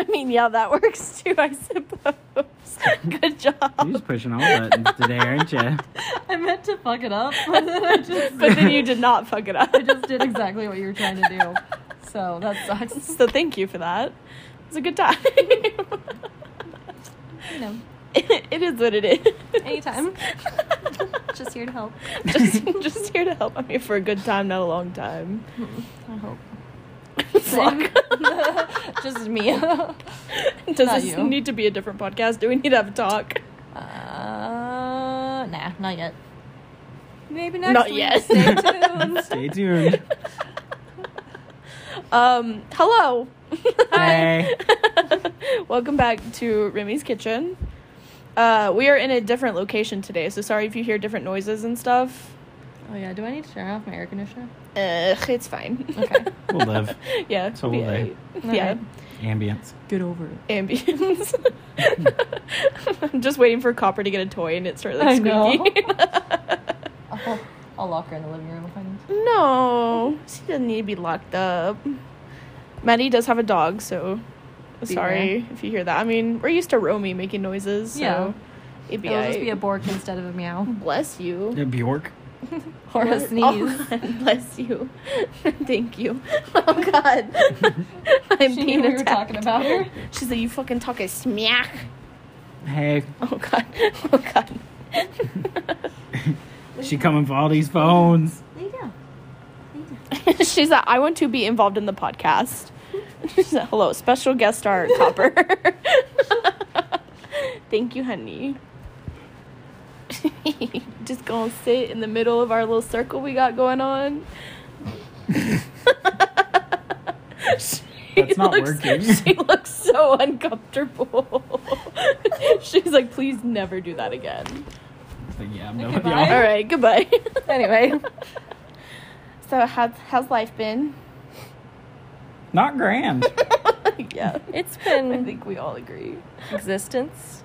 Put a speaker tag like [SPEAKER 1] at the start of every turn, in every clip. [SPEAKER 1] mean, yeah, that works too, I suppose. Good
[SPEAKER 2] You're
[SPEAKER 1] job.
[SPEAKER 2] just pushing all buttons today, aren't you?
[SPEAKER 3] I meant to fuck it up, but then I just,
[SPEAKER 1] But then you did not fuck it up.
[SPEAKER 3] I just did exactly what you were trying to do. So that sucks.
[SPEAKER 1] So thank you for that. It was a good time.
[SPEAKER 3] You know,
[SPEAKER 1] it is what it is.
[SPEAKER 3] anytime. just here to help.
[SPEAKER 1] just, just here to help. I'm here for a good time, not a long time.
[SPEAKER 3] I hope.
[SPEAKER 1] Fuck.
[SPEAKER 3] just me. uh,
[SPEAKER 1] Does
[SPEAKER 3] Not
[SPEAKER 1] this
[SPEAKER 3] you.
[SPEAKER 1] need to be a different podcast? Do we need to have a talk?
[SPEAKER 3] Uh, nah, not yet. Maybe next
[SPEAKER 1] Not
[SPEAKER 3] week.
[SPEAKER 1] yet.
[SPEAKER 3] Stay tuned.
[SPEAKER 2] Stay tuned.
[SPEAKER 1] Um, hello.
[SPEAKER 2] Hey.
[SPEAKER 1] Welcome back to Remy's Kitchen. Uh, we are in a different location today, so sorry if you hear different noises and stuff.
[SPEAKER 3] Oh yeah, do I need to turn off my air conditioner?
[SPEAKER 1] Ugh, it's fine.
[SPEAKER 3] Okay.
[SPEAKER 2] We'll live.
[SPEAKER 1] yeah.
[SPEAKER 2] So
[SPEAKER 1] be
[SPEAKER 2] will they.
[SPEAKER 1] alright. Yeah.
[SPEAKER 3] Alright.
[SPEAKER 2] Ambience.
[SPEAKER 3] Get over it.
[SPEAKER 1] Ambience. I'm just waiting for Copper to get a toy and it started like
[SPEAKER 3] I know.
[SPEAKER 1] squeaky.
[SPEAKER 3] I'll, I'll lock her in the living room if I need to.
[SPEAKER 1] no, she doesn't need to be locked up. Maddie does have a dog, so sorry if you hear that. I mean, we're used to Romy making noises, so
[SPEAKER 3] Yeah.
[SPEAKER 1] it'd be,
[SPEAKER 3] It'll just be a
[SPEAKER 1] aight.
[SPEAKER 3] bork instead of a meow.
[SPEAKER 1] bless you.
[SPEAKER 2] Yeah, Bjork.
[SPEAKER 3] Or a
[SPEAKER 1] What?
[SPEAKER 3] sneeze.
[SPEAKER 1] Oh, bless you. Thank you. Oh God, I'm
[SPEAKER 3] She
[SPEAKER 1] being
[SPEAKER 3] knew we were
[SPEAKER 1] attacked.
[SPEAKER 3] talking about her.
[SPEAKER 1] She's like, you fucking talk a smack.
[SPEAKER 2] Hey,
[SPEAKER 1] Oh God. Oh God.
[SPEAKER 2] she coming for all these phones.
[SPEAKER 3] Lay down.
[SPEAKER 1] She's like, I want to be involved in the podcast. She's like, hello, special guest star Copper. Thank you, honey. Just gonna sit in the middle of our little circle we got going on. She
[SPEAKER 2] That's not working.
[SPEAKER 1] She looks so uncomfortable. She's like, please never do that again.
[SPEAKER 2] It's like, yeah, I'm done
[SPEAKER 3] Okay,
[SPEAKER 2] with
[SPEAKER 3] bye.
[SPEAKER 2] y'all.
[SPEAKER 1] All right, goodbye.
[SPEAKER 3] Anyway.
[SPEAKER 1] so, how's, how's life been?
[SPEAKER 2] Not grand.
[SPEAKER 1] yeah.
[SPEAKER 3] It's
[SPEAKER 1] I
[SPEAKER 3] been
[SPEAKER 1] think we all agree.
[SPEAKER 3] existence.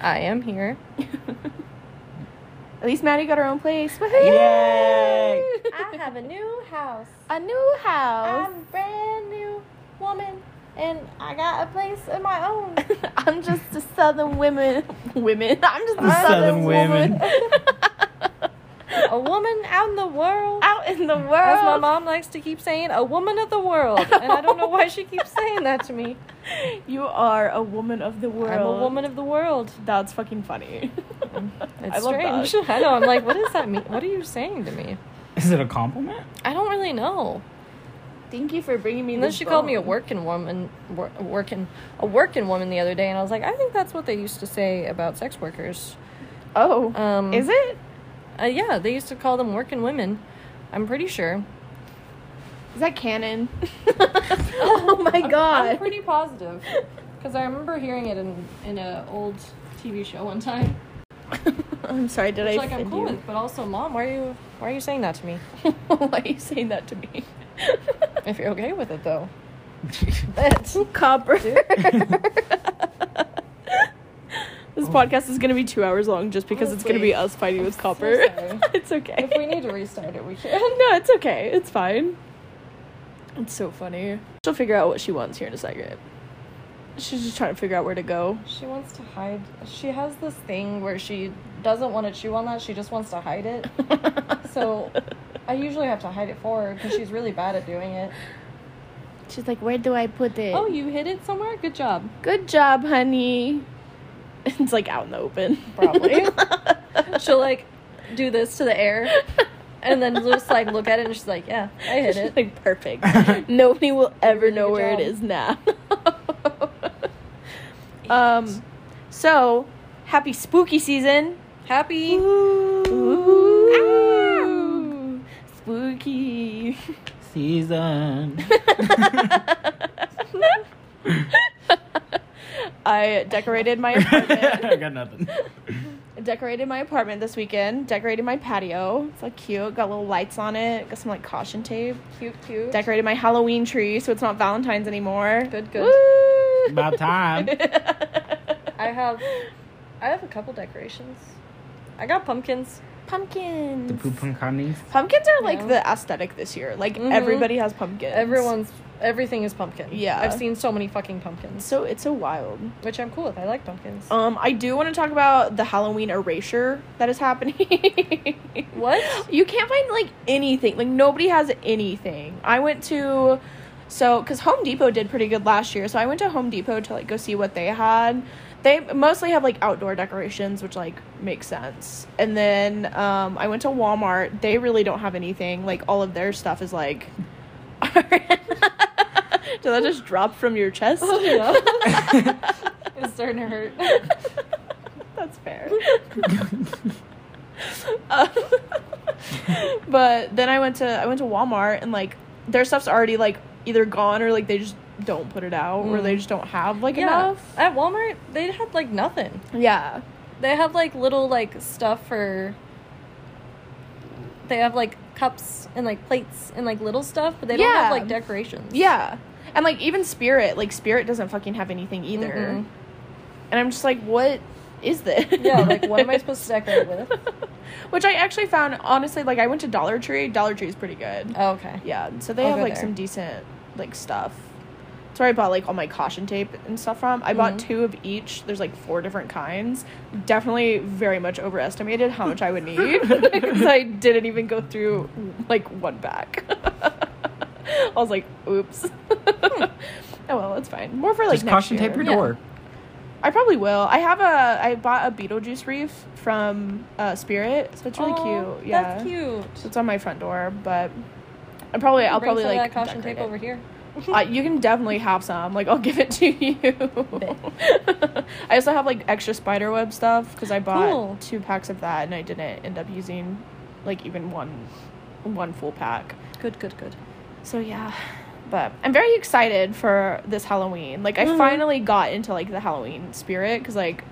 [SPEAKER 3] I am here.
[SPEAKER 1] At least Maddie got her own place. Woohoo!
[SPEAKER 2] Yay!
[SPEAKER 3] I have a new house.
[SPEAKER 1] A new house.
[SPEAKER 3] a brand new woman, and I got a place of my own.
[SPEAKER 1] I'm, just a southern woman. Women. I'm just a
[SPEAKER 2] The
[SPEAKER 1] southern,
[SPEAKER 2] southern women.
[SPEAKER 1] woman.
[SPEAKER 3] a woman out in the world.
[SPEAKER 1] Out in the world.
[SPEAKER 3] As my mom likes to keep saying, a woman of the world. And I don't know why she keeps saying that to me.
[SPEAKER 1] You are a woman of the world.
[SPEAKER 3] I'm a woman of the world.
[SPEAKER 1] That's fucking funny.
[SPEAKER 3] It's
[SPEAKER 1] I love that.
[SPEAKER 3] strange. I know. I'm like, what does that mean? What are you saying to me?
[SPEAKER 2] Is it a compliment?
[SPEAKER 3] I don't really know.
[SPEAKER 1] Thank you for bringing me.
[SPEAKER 3] And then
[SPEAKER 1] this
[SPEAKER 3] she called me a
[SPEAKER 1] bone.
[SPEAKER 3] working woman, wor- working a working woman the other day, and I was like, I think that's what they used to say about sex workers.
[SPEAKER 1] Oh.
[SPEAKER 3] Um,
[SPEAKER 1] is it?
[SPEAKER 3] Uh, yeah, they used to call them working women. I'm pretty sure.
[SPEAKER 1] Is that canon? oh my god.
[SPEAKER 3] I'm pretty positive because I remember hearing it in in a old TV show one time.
[SPEAKER 1] I'm sorry. Did
[SPEAKER 3] Which,
[SPEAKER 1] I
[SPEAKER 3] like I'm
[SPEAKER 1] offend
[SPEAKER 3] cool
[SPEAKER 1] you?
[SPEAKER 3] with, but also, mom, why are you why are you saying that to me?
[SPEAKER 1] Why are you saying that to me?
[SPEAKER 3] If you're okay with it, though.
[SPEAKER 1] Copper. this podcast is going to be two hours long just because it's going to be us fighting with Copper.
[SPEAKER 3] sorry.
[SPEAKER 1] it's okay.
[SPEAKER 3] If we need to restart it, we can.
[SPEAKER 1] no, it's okay. It's fine. It's so funny. She'll figure out what she wants here in a second. She's just trying to figure out where to go.
[SPEAKER 3] She wants to hide. She has this thing where she doesn't want to chew on that. She just wants to hide it. so I usually have to hide it for her because she's really bad at doing it.
[SPEAKER 1] She's like, where do I put it?
[SPEAKER 3] Oh, you hid it somewhere? Good job.
[SPEAKER 1] good job, honey. It's like out in the open.
[SPEAKER 3] Probably. She'll like do this to the air and then just like look at it and she's like, yeah, I hid
[SPEAKER 1] She's
[SPEAKER 3] it.
[SPEAKER 1] like, perfect. Nobody will ever
[SPEAKER 3] Really
[SPEAKER 1] know
[SPEAKER 3] good
[SPEAKER 1] where it
[SPEAKER 3] job.
[SPEAKER 1] is now. um, so happy spooky season.
[SPEAKER 3] Happy.
[SPEAKER 1] Ooh. Spooky.
[SPEAKER 2] Season.
[SPEAKER 1] I decorated my apartment.
[SPEAKER 2] I got nothing.
[SPEAKER 1] I decorated my apartment this weekend. Decorated my patio. It's like cute. Got little lights on it. Got some like caution tape.
[SPEAKER 3] Cute, cute.
[SPEAKER 1] Decorated my Halloween tree, so it's not Valentine's anymore.
[SPEAKER 3] Good, good.
[SPEAKER 1] Woo!
[SPEAKER 2] About time.
[SPEAKER 3] I have I have a couple decorations. I got pumpkins.
[SPEAKER 1] pumpkins.
[SPEAKER 2] The poop and carnies.
[SPEAKER 1] pumpkins are like
[SPEAKER 3] Yeah.
[SPEAKER 1] the aesthetic this year. Like
[SPEAKER 3] Mhm.
[SPEAKER 1] everybody has pumpkins.
[SPEAKER 3] Everyone's Everything is pumpkin.
[SPEAKER 1] Yeah.
[SPEAKER 3] I've seen so many fucking pumpkins,
[SPEAKER 1] So it's so wild.
[SPEAKER 3] which I'm cool with. I like pumpkins.
[SPEAKER 1] Um, I do want to talk about the Halloween erasure that is happening.
[SPEAKER 3] What?
[SPEAKER 1] You can't find like anything. Like nobody has anything. I went to so cuz Home Depot did pretty good last year. So I went to Home Depot to like go see what they had. They mostly have like outdoor decorations, which like makes sense. And then um I went to Walmart. They really don't have anything. Like all of their stuff is like Did that just drop from your chest?
[SPEAKER 3] Oh, yeah. it's starting to hurt.
[SPEAKER 1] That's fair. Um, but then I went to I went to Walmart and like their stuff's already like either gone or like they just don't put it out or
[SPEAKER 3] Mm.
[SPEAKER 1] they just don't have like
[SPEAKER 3] Yeah.
[SPEAKER 1] enough.
[SPEAKER 3] At Walmart, they had like nothing.
[SPEAKER 1] Yeah.
[SPEAKER 3] They have like little like stuff for. They have like cups and like plates and like little stuff, but they don't
[SPEAKER 1] Yeah.
[SPEAKER 3] have like decorations.
[SPEAKER 1] Yeah. And like even Spirit, like Spirit doesn't fucking have anything either.
[SPEAKER 3] Mm-mm.
[SPEAKER 1] And I'm just like, what is this?
[SPEAKER 3] Mm-hmm. Yeah, like what am I supposed to decorate with?
[SPEAKER 1] Which I actually found honestly like I went to Dollar Tree. Dollar Tree is pretty good.
[SPEAKER 3] Oh, okay.
[SPEAKER 1] Yeah, so they
[SPEAKER 3] I'll
[SPEAKER 1] have
[SPEAKER 3] go
[SPEAKER 1] like
[SPEAKER 3] there.
[SPEAKER 1] some decent like stuff. That's where I bought like all my caution tape and stuff from. I bought
[SPEAKER 3] Mhm.
[SPEAKER 1] two of each. There's like four different kinds. Definitely very much overestimated how much I would need because I didn't even go through like one pack. I was like, oops.
[SPEAKER 3] Hmm.
[SPEAKER 1] oh well, it's fine. More for like
[SPEAKER 2] Just
[SPEAKER 1] next
[SPEAKER 2] caution
[SPEAKER 1] year.
[SPEAKER 2] tape your
[SPEAKER 3] Yeah.
[SPEAKER 2] door.
[SPEAKER 1] I probably will. I have a. I bought a Beetlejuice wreath from uh, Spirit, so it's really
[SPEAKER 3] Aw,
[SPEAKER 1] cute. Yeah,
[SPEAKER 3] That's cute.
[SPEAKER 1] So it's on my front door, but I probably I'll
[SPEAKER 3] Bring
[SPEAKER 1] probably
[SPEAKER 3] some of
[SPEAKER 1] like
[SPEAKER 3] that caution
[SPEAKER 1] decorate
[SPEAKER 3] tape
[SPEAKER 1] it.
[SPEAKER 3] over here.
[SPEAKER 1] Uh, you can definitely have some. Like I'll give it to you. I also have like extra spider web stuff because I bought
[SPEAKER 3] Cool.
[SPEAKER 1] two packs of that and I didn't end up using like even one one full pack.
[SPEAKER 3] Good, good, good.
[SPEAKER 1] So yeah. But I'm very excited for this Halloween. Like I
[SPEAKER 3] Mhm.
[SPEAKER 1] finally got into like the Halloween spirit cuz like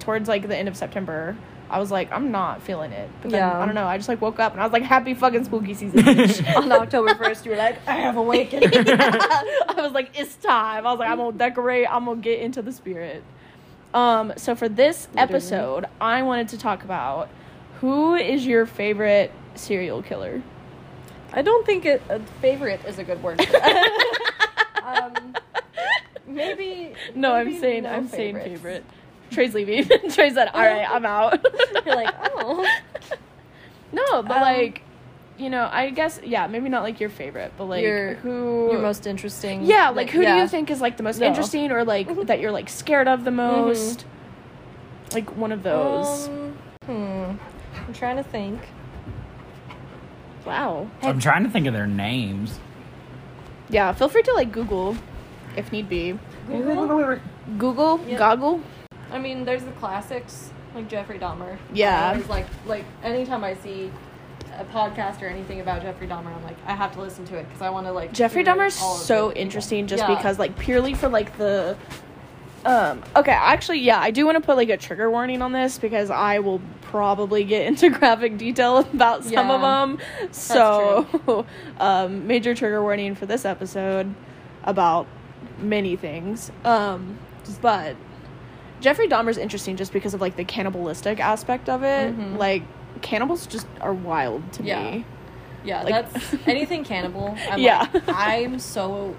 [SPEAKER 1] towards like the end of September I was like I'm not feeling it. But then
[SPEAKER 3] Yeah.
[SPEAKER 1] I don't know, I just like woke up and I was like happy fucking spooky season. bitch."
[SPEAKER 3] On October first, you were like, I have awakened.
[SPEAKER 1] I was like, it's time. I was like, I'm gonna decorate. I'm gonna get into the spirit. Um, so for this
[SPEAKER 3] Literally.
[SPEAKER 1] episode, I wanted to talk about who is your favorite serial killer.
[SPEAKER 3] I don't think it, a favorite is a good word. For that. um, maybe.
[SPEAKER 1] No,
[SPEAKER 3] maybe
[SPEAKER 1] I'm saying
[SPEAKER 3] no
[SPEAKER 1] I'm saying
[SPEAKER 3] favorites.
[SPEAKER 1] favorite. Trey's leaving. Trey said, "All right, I'm out."
[SPEAKER 3] You're like, oh.
[SPEAKER 1] no, but
[SPEAKER 3] Um,
[SPEAKER 1] like, you know, I guess yeah, maybe not like your favorite, but like
[SPEAKER 3] Your-
[SPEAKER 1] who
[SPEAKER 3] Your most interesting.
[SPEAKER 1] yeah, like who do
[SPEAKER 3] yeah.
[SPEAKER 1] you think is like the most
[SPEAKER 3] No.
[SPEAKER 1] interesting or like
[SPEAKER 3] Mhm.
[SPEAKER 1] that you're like scared of the most? Like one of those.
[SPEAKER 3] Um, hmm. I'm trying to think.
[SPEAKER 1] wow.
[SPEAKER 2] I'm trying to think of their names.
[SPEAKER 1] Yeah, feel free to like Google if need be.
[SPEAKER 3] Google?
[SPEAKER 1] Google,
[SPEAKER 3] Yep.
[SPEAKER 1] goggle.
[SPEAKER 3] I mean, there's the classics like Jeffrey Dahmer.
[SPEAKER 1] Yeah.
[SPEAKER 3] I always like like anytime I see a podcast or anything about Jeffrey Dahmer, I'm like, I have to listen to it because I want to like.
[SPEAKER 1] Jeffrey
[SPEAKER 3] hear
[SPEAKER 1] Dahmer's
[SPEAKER 3] all of
[SPEAKER 1] so
[SPEAKER 3] it.
[SPEAKER 1] interesting just
[SPEAKER 3] Yeah.
[SPEAKER 1] because like purely for like the um okay, actually yeah, I do want to put like a trigger warning on this because I will probably get into graphic detail about some of
[SPEAKER 3] Yeah.
[SPEAKER 1] them. So um major trigger warning for this episode about many things. Um but Jeffrey Dahmer's interesting just because of like the cannibalistic aspect of it.
[SPEAKER 3] Mhm.
[SPEAKER 1] Like cannibals just are wild to
[SPEAKER 3] Yeah.
[SPEAKER 1] me.
[SPEAKER 3] Yeah,
[SPEAKER 1] Like-
[SPEAKER 3] that's anything cannibal. I'm
[SPEAKER 1] Yeah.
[SPEAKER 3] like, I'm so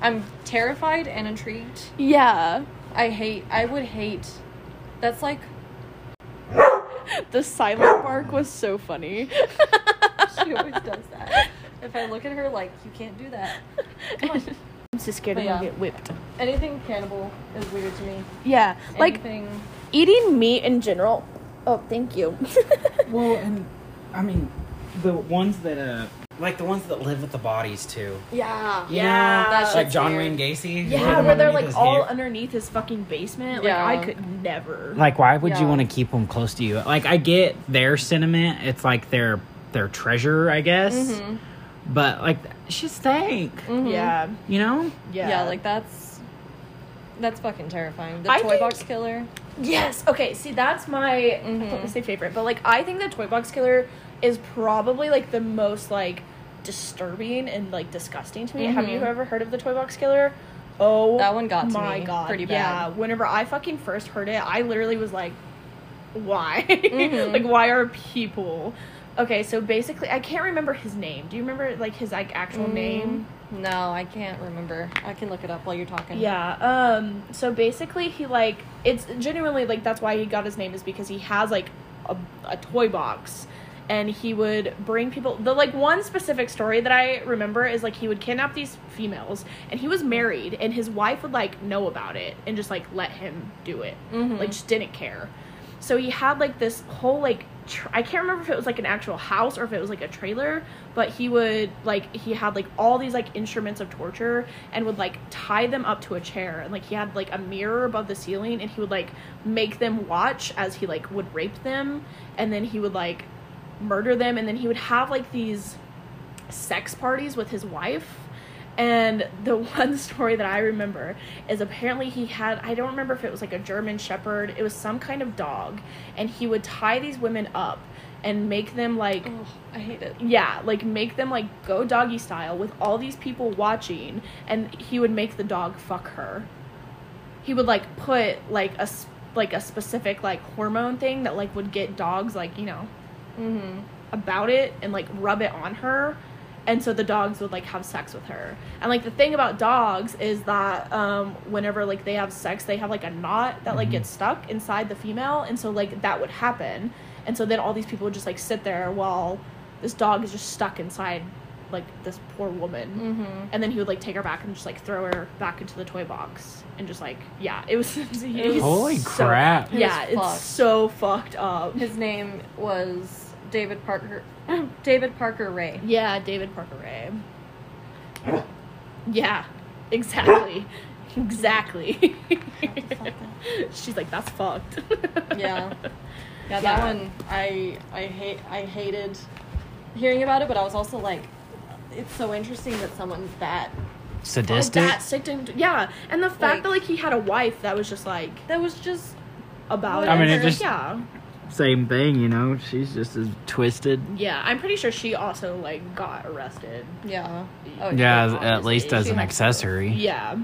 [SPEAKER 3] I'm terrified and intrigued.
[SPEAKER 1] Yeah.
[SPEAKER 3] I hate I would hate that's like
[SPEAKER 1] The silent bark was so funny.
[SPEAKER 3] she always does that. If I look at her like you can't do that. Come on.
[SPEAKER 1] I'm so scared I'm
[SPEAKER 3] But
[SPEAKER 1] gonna
[SPEAKER 3] yeah.
[SPEAKER 1] get whipped.
[SPEAKER 3] Anything cannibal is weird to me.
[SPEAKER 1] Yeah, like
[SPEAKER 3] Anything
[SPEAKER 1] eating meat in general. Oh, thank you.
[SPEAKER 2] Well, and I mean, the ones that uh, like the ones that live with the bodies too.
[SPEAKER 3] Yeah.
[SPEAKER 1] Yeah. that's
[SPEAKER 2] like John Wayne Gacy. who
[SPEAKER 1] yeah,
[SPEAKER 2] the
[SPEAKER 1] where
[SPEAKER 2] one
[SPEAKER 1] they're
[SPEAKER 2] underneath
[SPEAKER 1] like
[SPEAKER 2] his
[SPEAKER 1] all
[SPEAKER 2] hair.
[SPEAKER 1] underneath his fucking basement.
[SPEAKER 3] Yeah.
[SPEAKER 1] Like I could never.
[SPEAKER 2] Like, why would
[SPEAKER 3] Yeah.
[SPEAKER 2] you want to keep them close to you? Like, I get their sentiment. It's like their their treasure, I guess.
[SPEAKER 3] hmm
[SPEAKER 1] Mm-hmm.
[SPEAKER 2] But like, she stank.
[SPEAKER 1] Mm. yeah,
[SPEAKER 2] You know?
[SPEAKER 1] Mm-hmm. yeah,
[SPEAKER 3] like that's that's fucking terrifying. The
[SPEAKER 1] I
[SPEAKER 3] toy
[SPEAKER 1] think-
[SPEAKER 3] box killer.
[SPEAKER 1] Yes. Okay. See, that's my I don't
[SPEAKER 3] Mm-hmm.
[SPEAKER 1] want to say favorite, but like I think the Toy Box Killer is probably like the most like disturbing and like disgusting to me. Have you
[SPEAKER 3] Mhm.
[SPEAKER 1] ever heard of the Toy Box Killer? Oh,
[SPEAKER 3] That one got to
[SPEAKER 1] my
[SPEAKER 3] me
[SPEAKER 1] god,
[SPEAKER 3] pretty
[SPEAKER 1] Yeah.
[SPEAKER 3] bad.
[SPEAKER 1] Whenever I fucking first heard it, I literally was like, why?
[SPEAKER 3] Mhm.
[SPEAKER 1] like, why are people Okay, so basically, I can't remember his name. Do you remember like his like actual
[SPEAKER 3] Mm,
[SPEAKER 1] name?
[SPEAKER 3] No, I can't remember. I can look it up while you're talking.
[SPEAKER 1] Mm. Yeah. Um. So basically, he like it's genuinely like that's why he got his name is because he has like a, a toy box, and he would bring people. The like one specific story that I remember is like he would kidnap these females, and he was married, and his wife would like know about it and just like let him do it,
[SPEAKER 3] Mhm.
[SPEAKER 1] like just didn't care. So he had like this whole like tr- I can't remember if it was like an actual house or if it was like a trailer, but he would like he had like all these like instruments of torture and would like tie them up to a chair and like he had like a mirror above the ceiling and he would like make them watch as he like would rape them and then he would like murder them and then he would have like these sex parties with his wife and the one story that I remember is apparently he had, I don't remember if it was like a German Shepherd, it was some kind of dog. And he would tie these women up and make them like,
[SPEAKER 3] Oh, I hate it.
[SPEAKER 1] yeah, like make them like go doggy style with all these people watching. And he would make the dog fuck her. He would like put like a, s- like a specific like hormone thing that like would get dogs like, you know,
[SPEAKER 3] Mm-hmm.
[SPEAKER 1] about it and like rub it on her and so the dogs would like have sex with her and like the thing about dogs is that um whenever like they have sex they have like a knot that like
[SPEAKER 2] Mhm.
[SPEAKER 1] gets stuck inside the female and so like that would happen and so then all these people would just like sit there while this dog is just stuck inside like this poor woman
[SPEAKER 3] Mm-hmm.
[SPEAKER 1] and then he would like take her back and just like throw her back into the toy box and just like yeah it was
[SPEAKER 3] It was
[SPEAKER 2] Holy
[SPEAKER 1] so-
[SPEAKER 2] crap.
[SPEAKER 3] It
[SPEAKER 1] yeah
[SPEAKER 3] was
[SPEAKER 1] it's
[SPEAKER 3] fucked.
[SPEAKER 1] so fucked up
[SPEAKER 3] His name was David Parker. David Parker Ray.
[SPEAKER 1] Yeah, David Parker Ray. Yeah, exactly. exactly. She's like, that's fucked.
[SPEAKER 3] Yeah. Yeah, that
[SPEAKER 1] Yeah.
[SPEAKER 3] one I I hate I hated hearing about it, but I was also like, it's so interesting that someone's that
[SPEAKER 1] Like
[SPEAKER 2] Sadistic.
[SPEAKER 1] that sick and yeah, and the fact
[SPEAKER 3] Like-
[SPEAKER 1] that like he had a wife that was just like
[SPEAKER 3] that was just
[SPEAKER 1] about
[SPEAKER 3] I
[SPEAKER 1] it.
[SPEAKER 3] mean, it
[SPEAKER 1] Like,
[SPEAKER 2] just-
[SPEAKER 1] yeah,
[SPEAKER 2] Same thing, you know. She's just as twisted.
[SPEAKER 1] yeah. I'm pretty sure she also like got arrested.
[SPEAKER 3] yeah.
[SPEAKER 2] Oh, Yeah,
[SPEAKER 1] like,
[SPEAKER 2] at least
[SPEAKER 1] obviously.
[SPEAKER 2] as
[SPEAKER 3] She
[SPEAKER 2] an
[SPEAKER 3] had-
[SPEAKER 2] accessory.
[SPEAKER 1] Yeah.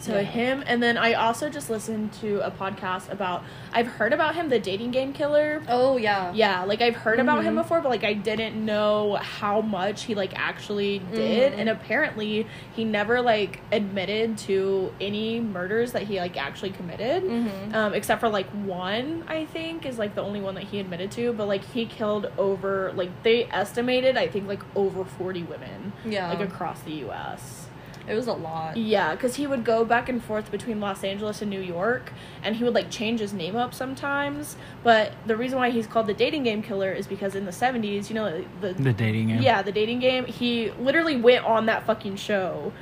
[SPEAKER 1] So
[SPEAKER 3] Yeah.
[SPEAKER 1] him, and then I also just listened to a podcast about. I've heard about him, the dating game killer,
[SPEAKER 3] Oh yeah.
[SPEAKER 1] Yeah, like I've heard about him
[SPEAKER 3] Mhm.
[SPEAKER 1] before, but like I didn't know how much he like actually did.
[SPEAKER 3] Mhm.
[SPEAKER 1] And apparently, he never like admitted to any murders that he like actually committed.
[SPEAKER 3] Mm-hmm.
[SPEAKER 1] Um, except for like one, I think, is like the only one that he admitted to. But like he killed over, like they estimated, I think, like over 40 women,
[SPEAKER 3] Yeah.
[SPEAKER 1] like across the US.
[SPEAKER 3] it was a lot.
[SPEAKER 1] Yeah, because he would go back and forth between Los Angeles and New York, and he would like change his name up sometimes. But the reason why he's called the dating game killer is because in the seventies, you know, the,
[SPEAKER 2] The dating
[SPEAKER 1] yeah.
[SPEAKER 2] app.
[SPEAKER 1] the dating game. He literally went on that fucking show,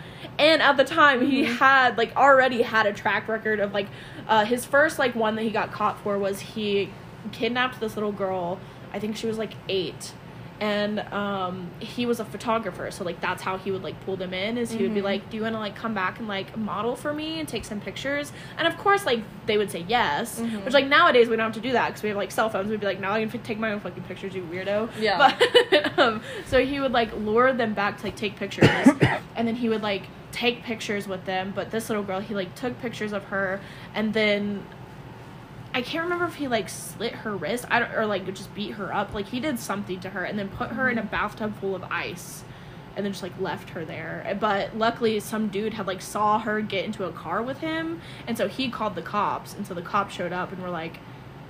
[SPEAKER 1] and at the time he
[SPEAKER 3] Mhm.
[SPEAKER 1] had like already had a track record of like uh, his first like one that he got caught for was he kidnapped this little girl. I think she was like eight. And um, he was a photographer, so like that's how he would like pull them in. Is he would be
[SPEAKER 3] Mhm.
[SPEAKER 1] like, "Do you want to like come back and like model for me and take some pictures?" And of course, like they would say yes.
[SPEAKER 3] Mhm.
[SPEAKER 1] Which like nowadays we don't have to do that because we have like cell phones. We'd be like, "Now I can f- take my own fucking pictures, you weirdo."
[SPEAKER 3] Yeah.
[SPEAKER 1] But um, so he would like lure them back to like take pictures, and then he would like take pictures with them. But this little girl, he like took pictures of her, and then I can't remember if he like slit her wrist, I don't, or like just beat her up. Like he did something to her, and then put her in
[SPEAKER 3] Mm-hmm.
[SPEAKER 1] a bathtub full of ice, and then just like left her there. But luckily, some dude had like saw her get into a car with him, and so he called the cops, and so the cops showed up and were like.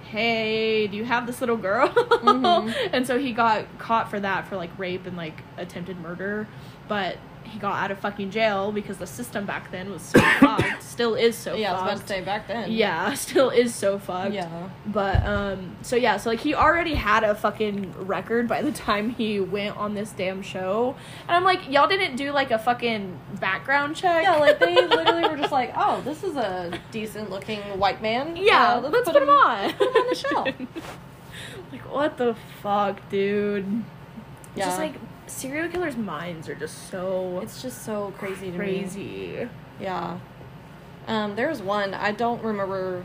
[SPEAKER 1] Hey, do you have this little girl?
[SPEAKER 3] Mhm.
[SPEAKER 1] and so he got caught for that for like rape and like attempted murder, but he got out of fucking jail because the system back then was so fucked, still is so
[SPEAKER 3] yeah, I was
[SPEAKER 1] fucked.
[SPEAKER 3] about to say back then.
[SPEAKER 1] Yeah, still is so fucked.
[SPEAKER 3] Yeah.
[SPEAKER 1] But um so yeah, so like he already had a fucking record by the time he went on this damn show. And I'm like, y'all didn't do like a fucking background check.
[SPEAKER 3] Yeah, like they literally were just like, "Oh, this is a decent looking white man.
[SPEAKER 1] Yeah,
[SPEAKER 3] Uh,
[SPEAKER 1] let's, put, him, on.
[SPEAKER 3] on the shelf.
[SPEAKER 1] like what the fuck, dude?
[SPEAKER 3] Yeah,
[SPEAKER 1] Just like serial killers' minds are just so
[SPEAKER 3] it's just so crazy to me.
[SPEAKER 1] crazy.
[SPEAKER 3] Yeah. Um, there was one, I don't remember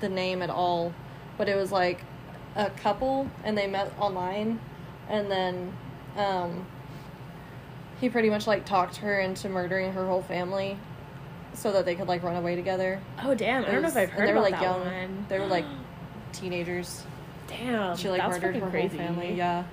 [SPEAKER 3] the name at all, but it was like a couple and they met online and then um, he pretty much like talked her into murdering her whole family so that they could like run away together.
[SPEAKER 1] Oh damn, I don't know if
[SPEAKER 3] It was-
[SPEAKER 1] I've heard
[SPEAKER 3] and they were
[SPEAKER 1] about
[SPEAKER 3] like
[SPEAKER 1] that
[SPEAKER 3] young
[SPEAKER 1] one.
[SPEAKER 3] they were like teenagers.
[SPEAKER 1] Damn.
[SPEAKER 3] she like
[SPEAKER 1] Um, that's
[SPEAKER 3] murdered
[SPEAKER 1] fucking
[SPEAKER 3] her
[SPEAKER 1] crazy.
[SPEAKER 3] whole family. Yeah.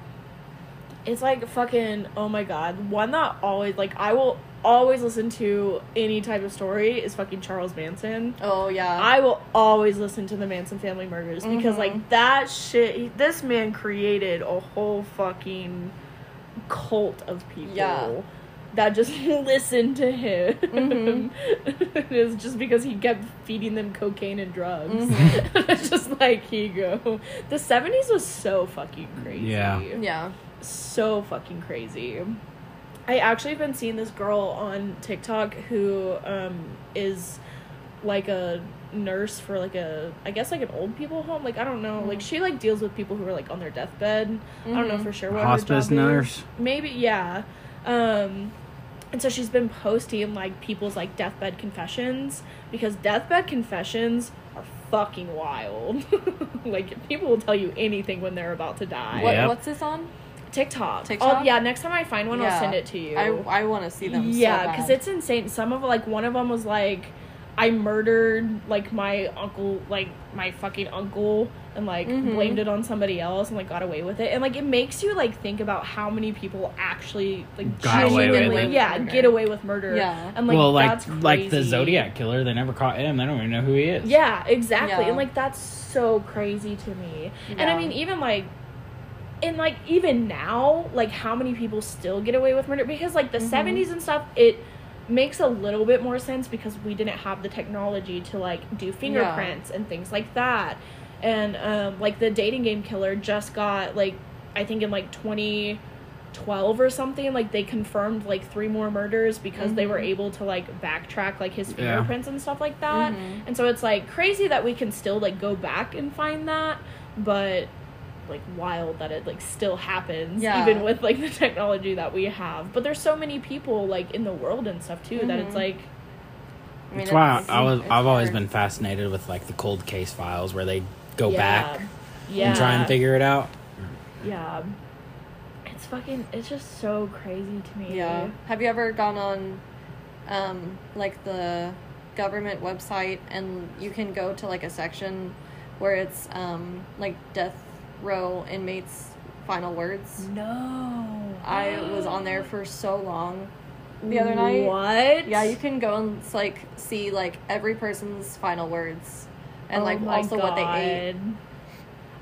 [SPEAKER 1] It's like fucking oh my god. One that always like I will always listen to any type of story is fucking Charles Manson.
[SPEAKER 3] Oh yeah.
[SPEAKER 1] I will always listen to the Manson family murders because
[SPEAKER 3] Mhm.
[SPEAKER 1] like that shit he- this man created a whole fucking cult of people.
[SPEAKER 3] Yeah.
[SPEAKER 1] That just listened to him.
[SPEAKER 3] Mhm.
[SPEAKER 1] it's just because he kept feeding them cocaine and drugs.
[SPEAKER 3] Mhm.
[SPEAKER 1] it's just like he go. The seventies was so fucking crazy
[SPEAKER 2] Yeah.
[SPEAKER 3] yeah.
[SPEAKER 1] so fucking crazy. I actually have been seeing this girl on TikTok who um, is like a nurse for like a I guess like an old people home. Like I don't know. Like she like deals with people who are like on their deathbed. I don't know
[SPEAKER 3] Mhm.
[SPEAKER 1] for sure what
[SPEAKER 2] Hospice
[SPEAKER 1] her job Is.
[SPEAKER 2] nurse.
[SPEAKER 1] Maybe yeah. Um, and so she's been posting like people's like deathbed confessions because deathbed confessions are fucking wild. like people will tell you anything when they're about to die.
[SPEAKER 3] What,
[SPEAKER 2] Yep.
[SPEAKER 3] What's this on?
[SPEAKER 1] TikTok.
[SPEAKER 3] TikTok?
[SPEAKER 1] Oh, yeah, next time I find one,
[SPEAKER 3] Yeah.
[SPEAKER 1] I'll send it to you.
[SPEAKER 3] I I want to see them.
[SPEAKER 1] yeah,
[SPEAKER 3] because
[SPEAKER 1] it's insane. Some of like one of them was like, I murdered like my uncle, like my fucking uncle, and like
[SPEAKER 3] Mhm.
[SPEAKER 1] blamed it on somebody else and like got away with it. And like it makes you like think about how many people actually like
[SPEAKER 2] Got away with
[SPEAKER 1] genuinely,
[SPEAKER 3] it.
[SPEAKER 1] yeah,
[SPEAKER 3] Murder.
[SPEAKER 1] get away with murder.
[SPEAKER 3] Yeah.
[SPEAKER 1] and like
[SPEAKER 2] well, like
[SPEAKER 1] that's
[SPEAKER 2] like the
[SPEAKER 1] crazy.
[SPEAKER 2] Zodiac killer, they never caught him. They don't even know who he is.
[SPEAKER 1] Yeah, exactly.
[SPEAKER 3] Yeah.
[SPEAKER 1] And like that's so crazy to me. And
[SPEAKER 3] Yeah.
[SPEAKER 1] I mean even like and like even now, like how many people still get away with murder because like the
[SPEAKER 3] Mhm.
[SPEAKER 1] 70s and stuff, it makes a little bit more sense because we didn't have the technology to like do fingerprints and things like that. And um like the dating game killer just got like I think in like 20 12 or something like they confirmed like three more murders because they were
[SPEAKER 3] Mhm.
[SPEAKER 1] able to like backtrack like his
[SPEAKER 2] Yeah.
[SPEAKER 1] fingerprints and stuff like that
[SPEAKER 3] Mhm.
[SPEAKER 1] and so it's like crazy that we can still like go back and find that but like wild that it like still happens
[SPEAKER 3] Yeah.
[SPEAKER 1] even with like the technology that we have but there's so many people like in the world and stuff too that it's
[SPEAKER 3] Mhm.
[SPEAKER 1] like
[SPEAKER 3] I mean,
[SPEAKER 2] That's why
[SPEAKER 3] it's-
[SPEAKER 2] I was.
[SPEAKER 3] it's
[SPEAKER 2] I've always
[SPEAKER 3] hard.
[SPEAKER 2] been fascinated with like the cold case files where they go
[SPEAKER 1] yeah.
[SPEAKER 2] back
[SPEAKER 1] yeah
[SPEAKER 2] and try and figure it out.
[SPEAKER 1] yeah it's fucking it's just so crazy to me
[SPEAKER 3] Yeah. Have you ever gone on, um, like the government website and you can go to like a section where it's um like death row inmates final words.
[SPEAKER 1] no
[SPEAKER 3] I was on there for so long the other night.
[SPEAKER 1] what
[SPEAKER 3] Yeah, you can go and s- like see like every person's final words and
[SPEAKER 1] Oh
[SPEAKER 3] like
[SPEAKER 1] my
[SPEAKER 3] also what they ate.
[SPEAKER 1] God.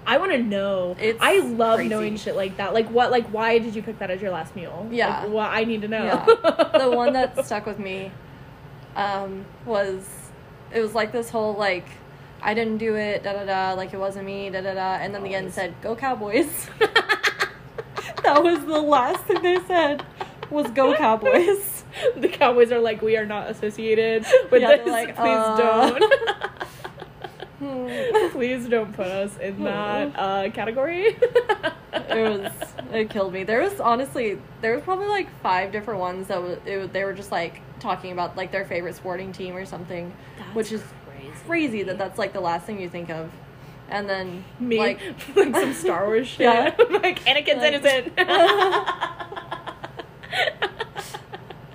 [SPEAKER 1] I want to know.
[SPEAKER 3] It's
[SPEAKER 1] I love
[SPEAKER 3] crazy.
[SPEAKER 1] knowing shit like that. Like what? Like why did you pick that as your last meal?
[SPEAKER 3] Yeah.
[SPEAKER 1] Like, what I need to know.
[SPEAKER 3] Yeah. the one that stuck with me um, was it was like this whole like I didn't do it, da da da, like it wasn't me, da da da, and then the end
[SPEAKER 1] Always.
[SPEAKER 3] said go Cowboys. that was the last thing they said was go Cowboys.
[SPEAKER 1] the Cowboys are like, we are not associated with
[SPEAKER 3] Yeah, they're
[SPEAKER 1] this.
[SPEAKER 3] like,
[SPEAKER 1] Please
[SPEAKER 3] uh.
[SPEAKER 1] don't.
[SPEAKER 3] Hmm.
[SPEAKER 1] Please don't put us in that
[SPEAKER 3] Oh.
[SPEAKER 1] uh, category.
[SPEAKER 3] it was it killed me. There was honestly there was probably like five different ones that was, it, wa- they were just like talking about like their favorite sporting team or something,
[SPEAKER 1] That's
[SPEAKER 3] which is
[SPEAKER 1] crazy.
[SPEAKER 3] crazy that that's like the last thing you think of, and then
[SPEAKER 1] me
[SPEAKER 3] like
[SPEAKER 1] like, some Star Wars shit.
[SPEAKER 3] Yeah.
[SPEAKER 1] like Anakin's
[SPEAKER 3] Like-
[SPEAKER 1] innocent.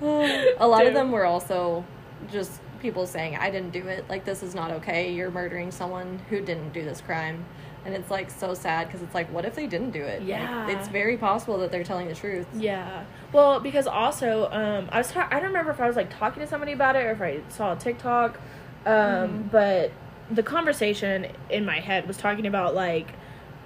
[SPEAKER 3] a lot of
[SPEAKER 1] Dude.
[SPEAKER 3] them were also just people saying I didn't do it. Like this is not okay. You're murdering someone who didn't do this crime. And it's like so sad because it's like, what if they didn't do it? Like,
[SPEAKER 1] Yeah.
[SPEAKER 3] it's very possible that they're telling the truth.
[SPEAKER 1] Yeah. Well, because also, um, I was ta- I don't remember if I was like talking to somebody about it or if I saw a TikTok, um,
[SPEAKER 3] Mm-hmm.
[SPEAKER 1] but the conversation in my head was talking about like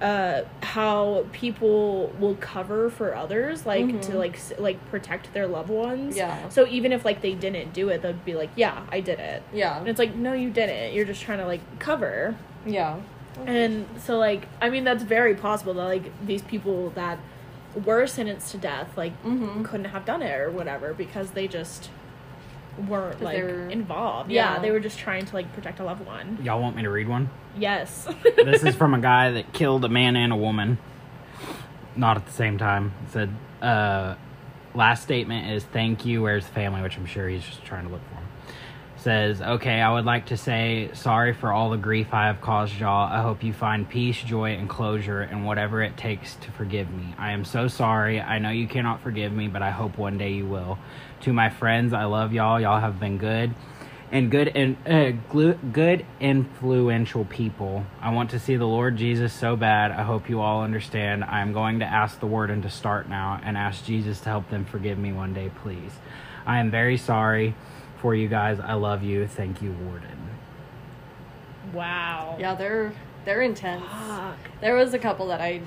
[SPEAKER 1] uh how people will cover for others like
[SPEAKER 3] Mhm.
[SPEAKER 1] to like s- like protect their loved ones
[SPEAKER 3] Yeah.
[SPEAKER 1] so even if like they didn't do it they'd be like yeah i did it and
[SPEAKER 3] Yeah,
[SPEAKER 1] it's like no you didn't you're just trying to like cover
[SPEAKER 3] yeah,
[SPEAKER 1] and so, like, I mean, that's very possible that, like, these people that were sentenced to death, like,
[SPEAKER 3] Mhm.
[SPEAKER 1] couldn't have done it or whatever because they just weren't,
[SPEAKER 3] they
[SPEAKER 1] like,
[SPEAKER 3] were-
[SPEAKER 1] involved. Yeah.
[SPEAKER 3] yeah.
[SPEAKER 1] they were just trying to, like, protect a loved one.
[SPEAKER 2] Y'all want me to read one?
[SPEAKER 1] Yes.
[SPEAKER 2] this is from a guy that killed a man and a woman. Not at the same time. It said, uh, last statement is thank you, where's the family? Which I'm sure he's just trying to look for him. Says, okay, I would like to say sorry for all the grief I have caused y'all. I hope you find peace, joy, and closure, and whatever it takes to forgive me. I am so sorry. I know you cannot forgive me, but I hope one day you will. To my friends, I love y'all. Y'all have been good. and good and uh, glu- good influential people. I want to see the Lord Jesus so bad. I hope you all understand. I'm going to ask the warden to start now and ask Jesus to help them forgive me one day, please. I am very sorry for you guys. I love you. Thank you, warden.
[SPEAKER 1] Wow.
[SPEAKER 3] Yeah, they're they're intense.
[SPEAKER 1] Fuck.
[SPEAKER 3] There was a couple that I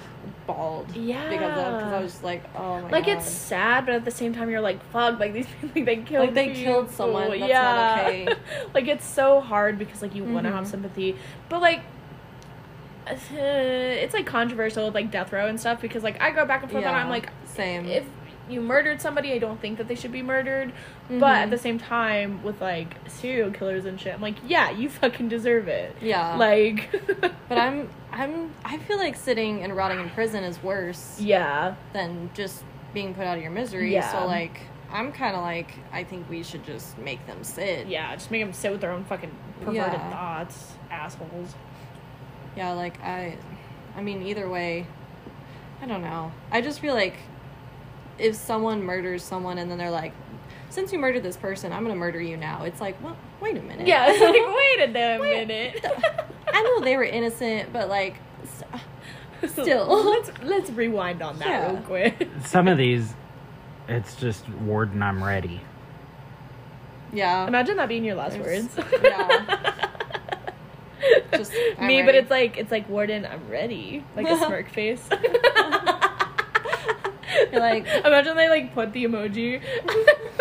[SPEAKER 3] bawled because of because
[SPEAKER 1] Yeah.
[SPEAKER 3] I was just like, oh my god.
[SPEAKER 1] Like it's sad, but at the same time you're like, fuck, like these like they killed
[SPEAKER 3] Like, they killed someone,
[SPEAKER 1] people.
[SPEAKER 3] that's not okay.
[SPEAKER 1] like it's so hard because like you want to
[SPEAKER 3] Mhm.
[SPEAKER 1] have sympathy, but like uh, it's like controversial with like death row and stuff because like I go back and forth and
[SPEAKER 3] Yeah,
[SPEAKER 1] I'm like,
[SPEAKER 3] same.
[SPEAKER 1] if you murdered somebody, I don't think that they should be murdered,
[SPEAKER 3] Mhm.
[SPEAKER 1] but at the same time with like serial killers and shit, I'm like, yeah, you fucking deserve it.
[SPEAKER 3] yeah,
[SPEAKER 1] Like,
[SPEAKER 3] but I'm I'm I feel like sitting and rotting in prison is worse
[SPEAKER 1] yeah,
[SPEAKER 3] than just being put out of your misery.
[SPEAKER 1] Yeah.
[SPEAKER 3] So like I'm kind of like I think we should just make them sit.
[SPEAKER 1] yeah, just make them sit with their own fucking perverted
[SPEAKER 3] Yeah.
[SPEAKER 1] thoughts, assholes.
[SPEAKER 3] Yeah, like I I mean either way, I don't know. I just feel like if someone murders someone and then they're like since you murdered this person, I'm going to murder you now. It's like, "Well, wait a minute."
[SPEAKER 1] Yeah, it's like, wait a damn
[SPEAKER 3] Wait.
[SPEAKER 1] minute.
[SPEAKER 3] I know they were innocent, but like s- still.
[SPEAKER 1] let's let's rewind on that
[SPEAKER 3] Yeah.
[SPEAKER 1] real quick.
[SPEAKER 2] Some of these, it's just warden. I'm ready.
[SPEAKER 3] yeah.
[SPEAKER 1] Imagine that being your last
[SPEAKER 3] There's-
[SPEAKER 1] words.
[SPEAKER 3] yeah. Just, I'm
[SPEAKER 1] me, but
[SPEAKER 3] ready.
[SPEAKER 1] it's like it's like Warden, I'm ready, like a smirk face.
[SPEAKER 3] You're like-
[SPEAKER 1] imagine they like put the emoji.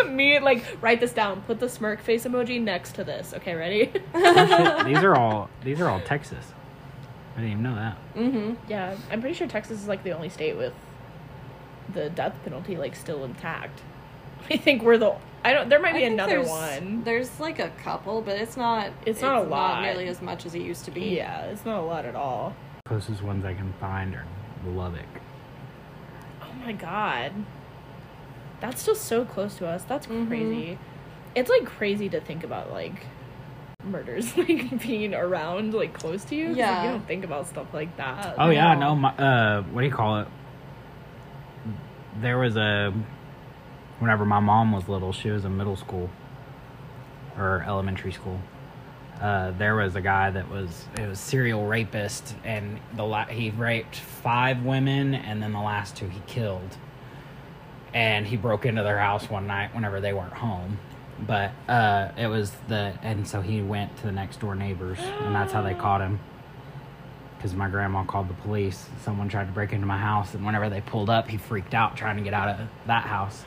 [SPEAKER 1] me, like write this down. Put the smirk face emoji next to this. Okay, ready?
[SPEAKER 2] Oh, shit, these are all these are all Texas. I didn't even know that.
[SPEAKER 3] Mhm.
[SPEAKER 1] yeah, I'm pretty sure Texas is like the only state with the death penalty like still intact. I think we're the. I don't. There might be
[SPEAKER 3] I think
[SPEAKER 1] another
[SPEAKER 3] there's-
[SPEAKER 1] one.
[SPEAKER 3] There's like a couple, but it's not.
[SPEAKER 1] It's not a lot.
[SPEAKER 3] nearly as much as it used to be.
[SPEAKER 1] Yeah, it's not a lot at all.
[SPEAKER 2] Closest ones I can find are Lubbock.
[SPEAKER 1] Oh my god. That's still so close to us. That's
[SPEAKER 3] Mhm.
[SPEAKER 1] crazy. It's like crazy to think about like murders like being around like close to you. 'cause, like,
[SPEAKER 3] Yeah.
[SPEAKER 1] you don't think about stuff like that.
[SPEAKER 2] Oh yeah,
[SPEAKER 3] Wow.
[SPEAKER 2] no. My, uh, what do you call it? There was a. Whenever my mom was little, she was in middle school or elementary school. Uh, there was a guy that was it was serial rapist, and the la- he raped five women, and then the last two he killed. And he broke into their house one night whenever they weren't home. But uh, it was the and so he went to the next door neighbors, and that's how they caught him because my grandma called the police. Someone tried to break into my house, and whenever they pulled up, he freaked out trying to get out of that house.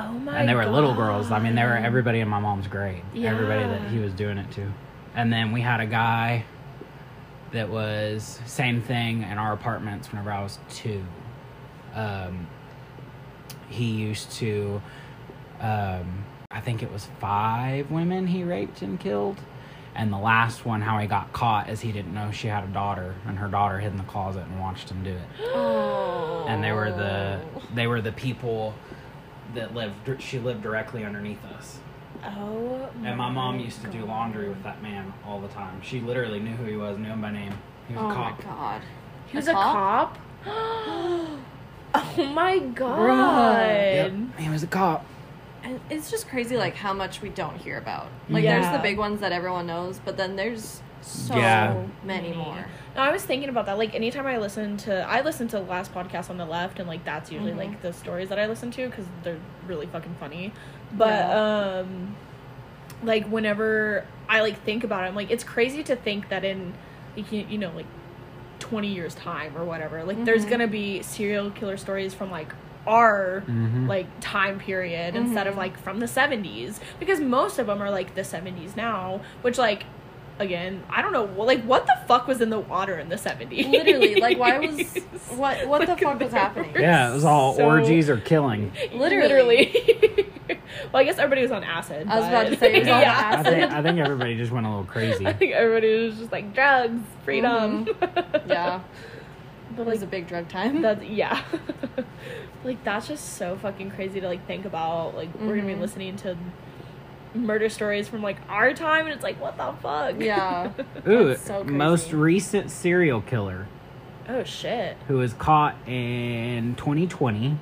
[SPEAKER 1] Oh my
[SPEAKER 2] and they were little girls. I mean, they were
[SPEAKER 1] God.
[SPEAKER 2] everybody in my mom's grade. Everybody
[SPEAKER 1] Yeah.
[SPEAKER 2] that he was doing it to. And then we had a guy that was same thing in our apartments whenever I was two. Um, he used to, um, I think it was five women he raped and killed. And the last one, how he got caught is he didn't know she had a daughter, and her daughter hid in the closet and watched him do it
[SPEAKER 3] Oh.
[SPEAKER 2] and they were the they were the people that lived she lived directly underneath us
[SPEAKER 1] Oh
[SPEAKER 2] and my mom used to do
[SPEAKER 3] Mm-hmm.
[SPEAKER 2] laundry with that man all the time she literally knew who he was knew him by name he was
[SPEAKER 3] Oh
[SPEAKER 2] a cop
[SPEAKER 3] my god.
[SPEAKER 1] He was a cop? oh my god.
[SPEAKER 2] Yep, he was a cop
[SPEAKER 3] And it's just crazy, like how much we don't hear about. Like there's
[SPEAKER 1] Yeah.
[SPEAKER 3] the big ones that everyone knows, but then there's so
[SPEAKER 2] Yeah.
[SPEAKER 3] many more.
[SPEAKER 1] No, I was thinking about that. Like anytime I listen to, I listen to the last podcast on the left, and like that's usually
[SPEAKER 3] Mhm.
[SPEAKER 1] like the stories that I listen to because they're really fucking funny. But um, like whenever I like think about it, I'm like it's crazy to think that in you can, you know like twenty years time or whatever, like there's
[SPEAKER 3] Mhm.
[SPEAKER 1] gonna be serial killer stories from like our
[SPEAKER 2] mm-hmm.
[SPEAKER 1] like time period instead of
[SPEAKER 3] Mhm.
[SPEAKER 1] like from the 70s because most of them are like the 70s now which like again i don't know wh- like what the fuck was in the water in the 70s
[SPEAKER 3] Literally, like why was what what the
[SPEAKER 1] Like,
[SPEAKER 3] fuck was
[SPEAKER 1] there
[SPEAKER 3] happening?
[SPEAKER 1] were-
[SPEAKER 2] yeah it was all
[SPEAKER 1] So-
[SPEAKER 2] orgies or killing
[SPEAKER 3] Literally.
[SPEAKER 1] Literally. well i guess everybody was on acid
[SPEAKER 3] I was
[SPEAKER 1] but-
[SPEAKER 3] about to say, it was all
[SPEAKER 1] yeah.
[SPEAKER 2] I,
[SPEAKER 3] acid.
[SPEAKER 2] think, I think everybody just went a little crazy
[SPEAKER 1] I think everybody was just like drugs freedom
[SPEAKER 3] Mm-hmm. Yeah,
[SPEAKER 1] but
[SPEAKER 3] it was
[SPEAKER 1] like
[SPEAKER 3] a big drug time.
[SPEAKER 1] That's yeah. like that's just so fucking crazy to like think about. Like we're gonna be
[SPEAKER 3] Mhm.
[SPEAKER 1] listening to murder stories from like our time and it's like what the fuck?
[SPEAKER 3] Yeah.
[SPEAKER 2] ooh
[SPEAKER 3] That's so crazy.
[SPEAKER 2] most recent serial killer
[SPEAKER 1] oh shit.
[SPEAKER 2] who was caught in 2020,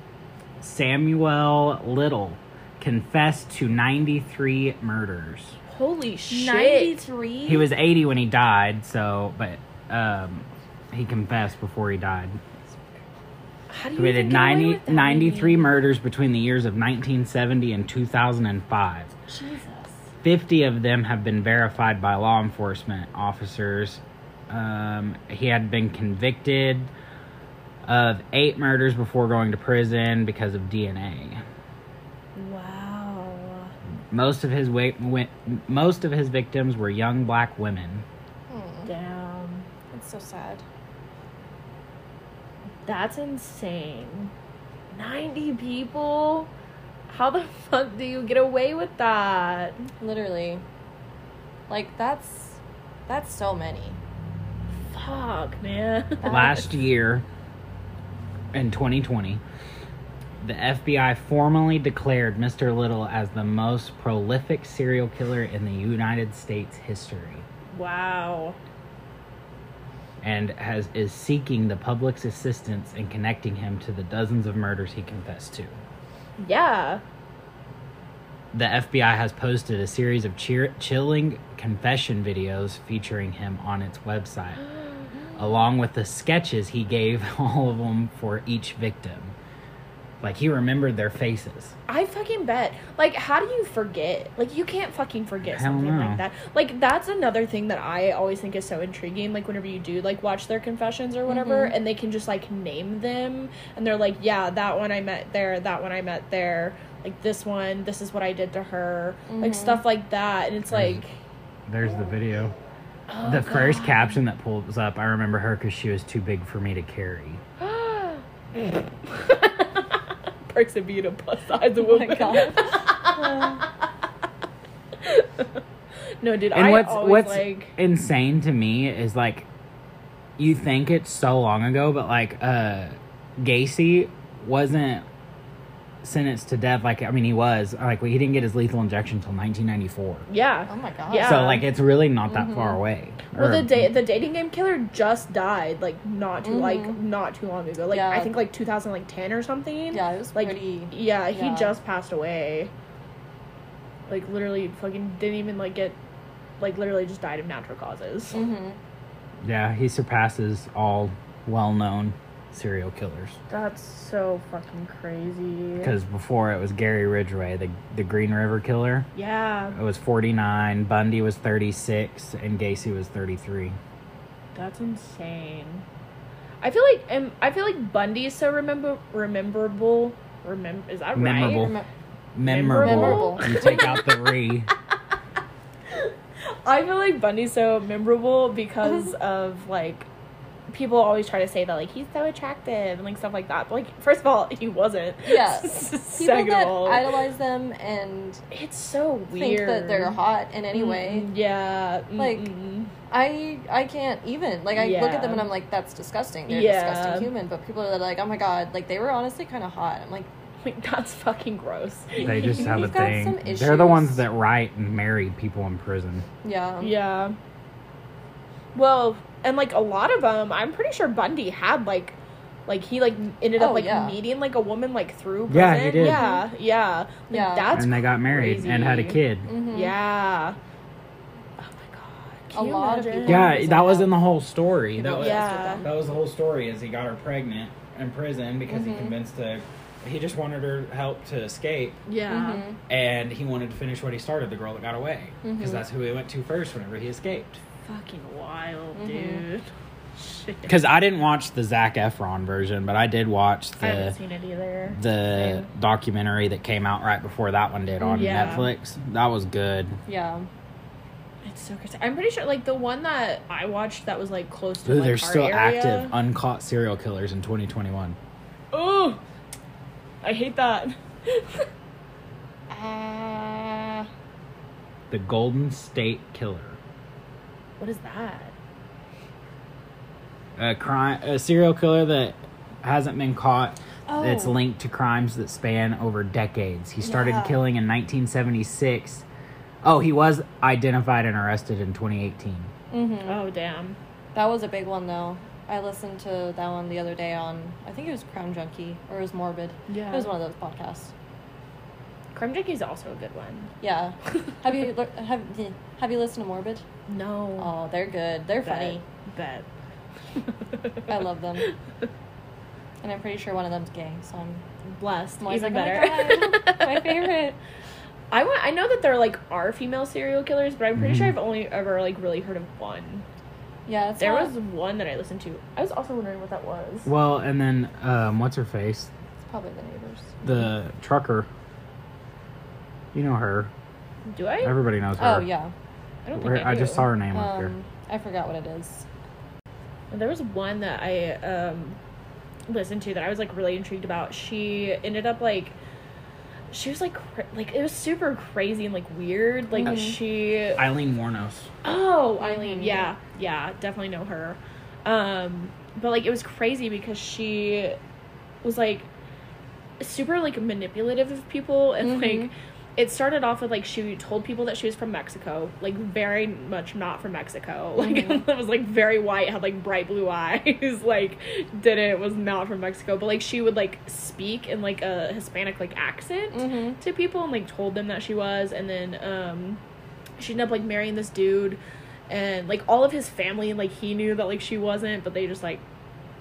[SPEAKER 2] Samuel Little confessed to 93 murders.
[SPEAKER 1] Holy shit.
[SPEAKER 3] 93?
[SPEAKER 2] He was 80 when he died, so but um he confessed before he died.
[SPEAKER 1] How do
[SPEAKER 2] He
[SPEAKER 1] you
[SPEAKER 2] committed
[SPEAKER 1] even get away
[SPEAKER 2] 90,
[SPEAKER 1] with that
[SPEAKER 2] 93
[SPEAKER 1] many?
[SPEAKER 2] murders between the years of 1970 and 2005.
[SPEAKER 3] Jesus.
[SPEAKER 2] 50 of them have been verified by law enforcement officers. Um, he had been convicted of eight murders before going to prison because of DNA.
[SPEAKER 3] Wow.
[SPEAKER 2] Most of his wa- wi- most of his victims were young black women.
[SPEAKER 3] Hmm.
[SPEAKER 4] Damn.
[SPEAKER 3] That's so sad.
[SPEAKER 4] That's insane. 90 people? How the fuck do you get away with that?
[SPEAKER 3] Literally. Like, that's. That's so many.
[SPEAKER 4] Fuck, man.
[SPEAKER 3] That
[SPEAKER 2] Last
[SPEAKER 3] is-
[SPEAKER 2] year, in 2020, the FBI formally declared Mr. Little as the most prolific serial killer in the United States history.
[SPEAKER 4] Wow.
[SPEAKER 2] and has is seeking the public's assistance in connecting him to the dozens of murders he confessed to.
[SPEAKER 4] Yeah.
[SPEAKER 2] The FBI has posted a series of cheer- chilling confession videos featuring him on its website, along with the sketches he gave all of them for each victim. Like he remembered their faces.
[SPEAKER 1] I fucking bet. Like, how do you forget? Like, you can't fucking forget
[SPEAKER 2] Hell
[SPEAKER 1] something
[SPEAKER 2] no.
[SPEAKER 1] like that. Like, that's another thing that I always think is so intriguing. Like, whenever you do, like, watch their confessions or whatever, and they can just, like, name them. And they're like, yeah, that one I met there, that one I met there. Like, this one, this is what I did to her. Like,
[SPEAKER 3] Mhm.
[SPEAKER 1] stuff like that. And it's like,
[SPEAKER 2] There's the video.
[SPEAKER 1] oh,
[SPEAKER 2] the first
[SPEAKER 1] God.
[SPEAKER 2] caption that pulls up, I remember her because she was too big for me to carry.
[SPEAKER 1] person being a plus size
[SPEAKER 3] Oh my
[SPEAKER 1] woman.
[SPEAKER 3] gosh.
[SPEAKER 1] no, dude,
[SPEAKER 2] and
[SPEAKER 1] I
[SPEAKER 2] what's
[SPEAKER 1] always,
[SPEAKER 2] what's
[SPEAKER 1] like...
[SPEAKER 2] insane to me is like you think it's so long ago but like uh gacy wasn't sentenced to death like i mean he was like he didn't get his lethal injection until 1994
[SPEAKER 1] Yeah.
[SPEAKER 3] oh my god.
[SPEAKER 1] Yeah. Mm-hmm.
[SPEAKER 2] so like it's really not that
[SPEAKER 3] Mhm.
[SPEAKER 2] far away
[SPEAKER 1] Well, the
[SPEAKER 2] Or-
[SPEAKER 1] da- the dating game killer just died, like not too like
[SPEAKER 3] Mhm.
[SPEAKER 1] not too long ago. Like
[SPEAKER 3] Yeah.
[SPEAKER 1] I think like 2010 or something.
[SPEAKER 3] Yeah, it was
[SPEAKER 1] Like, e-
[SPEAKER 3] pretty.
[SPEAKER 1] Yeah, he
[SPEAKER 3] Yeah.
[SPEAKER 1] just passed away. Like literally, fucking didn't even like get, like literally just died of natural causes.
[SPEAKER 3] Mm-hmm.
[SPEAKER 2] yeah he surpasses all well-known serial killers
[SPEAKER 1] That's so fucking crazy.
[SPEAKER 2] because before it was gary ridgway the, the green river killer
[SPEAKER 1] Yeah,
[SPEAKER 2] it was 49 bundy was 36 and gacy was 33
[SPEAKER 1] that's insane. I feel like um, I feel like Bundy is so remember rememberable. Remember is that
[SPEAKER 2] Memorable.
[SPEAKER 1] right?
[SPEAKER 3] Remem-
[SPEAKER 2] memorable.
[SPEAKER 3] Memorable.
[SPEAKER 2] You take out the re.
[SPEAKER 1] I feel like Bundy's so memorable because of like people always try to say that like he's so attractive and like stuff like that. But like first of all, he wasn't.
[SPEAKER 3] Yeah. People
[SPEAKER 1] Second
[SPEAKER 3] that
[SPEAKER 1] of all,
[SPEAKER 3] idolize them and
[SPEAKER 1] it's so
[SPEAKER 3] think
[SPEAKER 1] weird.
[SPEAKER 3] that they're hot in any way.
[SPEAKER 1] Mm, yeah.
[SPEAKER 3] Like,
[SPEAKER 1] mm,
[SPEAKER 3] I I can't even like I look
[SPEAKER 1] Yeah.
[SPEAKER 3] at them and I'm like that's disgusting. They're a
[SPEAKER 1] Yeah.
[SPEAKER 3] disgusting human. But people are like, oh my god, like they were honestly kind of hot. I'm like,
[SPEAKER 1] like that's fucking gross.
[SPEAKER 2] They just have a
[SPEAKER 3] You've got some
[SPEAKER 2] thing.
[SPEAKER 3] issues.
[SPEAKER 2] They're the ones that write and marry people in prison.
[SPEAKER 3] yeah,
[SPEAKER 1] Yeah. Well, and like a lot of them, I'm pretty sure Bundy had like, like he like ended up
[SPEAKER 3] Oh,
[SPEAKER 1] like
[SPEAKER 3] yeah. Mm-hmm.
[SPEAKER 1] meeting like a woman like through prison.
[SPEAKER 2] Yeah, he did.
[SPEAKER 1] Yeah, yeah. Like,
[SPEAKER 3] Yeah.
[SPEAKER 1] That's
[SPEAKER 2] and they got married and had a
[SPEAKER 1] crazy.
[SPEAKER 2] kid.
[SPEAKER 3] Mhm.
[SPEAKER 1] Yeah. Oh my god. Can
[SPEAKER 3] A
[SPEAKER 1] you
[SPEAKER 3] lot of
[SPEAKER 1] imagine?
[SPEAKER 3] people-
[SPEAKER 2] Yeah, that was in the whole story. That
[SPEAKER 3] People
[SPEAKER 2] was
[SPEAKER 1] Yeah.
[SPEAKER 3] obsessed with them.
[SPEAKER 2] that was the whole story. Is he got her pregnant in prison because he
[SPEAKER 3] Mhm.
[SPEAKER 2] convinced the he just wanted her help to escape
[SPEAKER 1] Yeah.
[SPEAKER 3] Mhm.
[SPEAKER 2] and he wanted to finish what he started. The girl that got away because
[SPEAKER 1] Mm-hmm.
[SPEAKER 3] Mhm.
[SPEAKER 2] that's who he went to first. Whenever he escaped.
[SPEAKER 3] Mm-hmm.
[SPEAKER 1] Fucking wild,
[SPEAKER 3] Mhm.
[SPEAKER 1] dude. Shit.
[SPEAKER 2] Because I didn't watch the Zach Efron version, but I did watch the
[SPEAKER 1] I haven't seen it either.
[SPEAKER 2] the documentary that came out right before that one did on
[SPEAKER 1] Yeah.
[SPEAKER 2] Netflix. That was good.
[SPEAKER 3] yeah.
[SPEAKER 1] It's so crazy. I'm pretty sure, like the one that I watched that was like close to.
[SPEAKER 2] Ooh,
[SPEAKER 1] like,
[SPEAKER 2] they're
[SPEAKER 1] our
[SPEAKER 2] still
[SPEAKER 1] area.
[SPEAKER 2] active uncaught serial killers in 2021.
[SPEAKER 1] Oh, I hate that.
[SPEAKER 3] Uh,
[SPEAKER 2] The Golden State Killer,
[SPEAKER 1] what is that?
[SPEAKER 2] a crime, a serial killer that hasn't been caught. That's
[SPEAKER 3] Oh.
[SPEAKER 2] linked to crimes that span over decades. He started
[SPEAKER 3] Yeah.
[SPEAKER 2] killing in 1976. Oh, he was identified and arrested in 2018.
[SPEAKER 3] hmm
[SPEAKER 1] Oh damn.
[SPEAKER 3] That was a big one though. I listened to that one the other day on I think it was Crown Junkie or it was Morbid.
[SPEAKER 1] Yeah.
[SPEAKER 3] It was one of those podcasts.
[SPEAKER 1] Crumb Junkie is also a good one.
[SPEAKER 3] Yeah. have you lear- have have you listened to Morbid?
[SPEAKER 1] No.
[SPEAKER 3] Oh, they're good. They're funny,
[SPEAKER 1] Bet.
[SPEAKER 3] I love them. and I'm pretty sure one of them's gay. So I'm
[SPEAKER 1] Blessed.
[SPEAKER 3] I'm always
[SPEAKER 1] Even
[SPEAKER 3] like,
[SPEAKER 1] better.
[SPEAKER 3] Oh my, God, my favorite.
[SPEAKER 1] I want. I know that there like are female serial killers, but I'm pretty sure
[SPEAKER 2] Mhm.
[SPEAKER 1] I've only ever like really heard of one.
[SPEAKER 3] Yeah, it's
[SPEAKER 1] There
[SPEAKER 3] not-
[SPEAKER 1] was one that I listened to. I was also wondering what that was.
[SPEAKER 2] Well, and then um, what's her face?
[SPEAKER 3] it's probably the neighbors.
[SPEAKER 2] The trucker. You know her.
[SPEAKER 1] Do I?
[SPEAKER 2] Everybody knows her.
[SPEAKER 3] Oh yeah.
[SPEAKER 1] I don't think
[SPEAKER 2] Where-
[SPEAKER 1] I,
[SPEAKER 2] I,
[SPEAKER 1] do.
[SPEAKER 2] just saw her name up here.
[SPEAKER 3] Um, I forgot what it is.
[SPEAKER 1] There was one that I um listened to that I was like really intrigued about. She ended up like she was like cra- like it was super crazy and like weird. Like
[SPEAKER 3] Mhm.
[SPEAKER 1] she
[SPEAKER 2] Eileen Warnos.
[SPEAKER 1] Oh, Eileen.
[SPEAKER 3] Mhm.
[SPEAKER 1] Yeah. Yeah, definitely know her. Um but like it was crazy because she was like super like manipulative of people and
[SPEAKER 3] Mhm.
[SPEAKER 1] like it started off with like she told people that she was from Mexico, like very much not from Mexico. Like
[SPEAKER 3] Mhm.
[SPEAKER 1] it was like very white, had like bright blue eyes, like didn't was not from Mexico, but like she would like speak in like a Hispanic like accent
[SPEAKER 3] Mm-hmm.
[SPEAKER 1] to people and like told them that she was and then um she ended up like marrying this dude and like all of his family like he knew that like she wasn't but they just like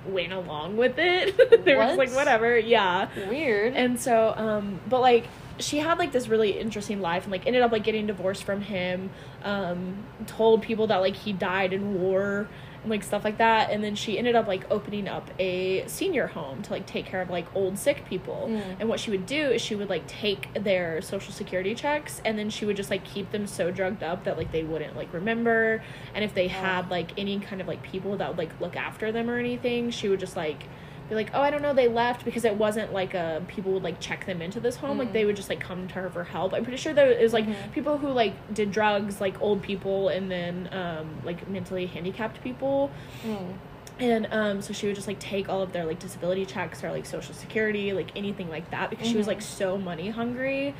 [SPEAKER 1] went along with it they were just
[SPEAKER 3] What?
[SPEAKER 1] like whatever yeah
[SPEAKER 3] Weird.
[SPEAKER 1] and so um but like she had like this really interesting life and like ended up like getting divorced from him um told people that like he died in war and like stuff like that and then she ended up like opening up a senior home to like take care of like old sick people
[SPEAKER 3] Mm.
[SPEAKER 1] and what she would do is she would like take their social security checks and then she would just like keep them so drugged up that like they wouldn't like remember and if they
[SPEAKER 3] Wow.
[SPEAKER 1] had like any kind of like people that would like look after them or anything she would just like be like, oh, I don't know, they left because it wasn't like uh, people would like check them into this home. Like
[SPEAKER 3] Mhm.
[SPEAKER 1] they would just like come to her for help. I'm pretty sure there it was like
[SPEAKER 3] Mhm.
[SPEAKER 1] people who like did drugs, like old people, and then um, like mentally handicapped people.
[SPEAKER 3] Mm.
[SPEAKER 1] And um, so she would just like take all of their like disability checks or like social security, like anything like that, because she was
[SPEAKER 3] Mhm.
[SPEAKER 1] like so money hungry.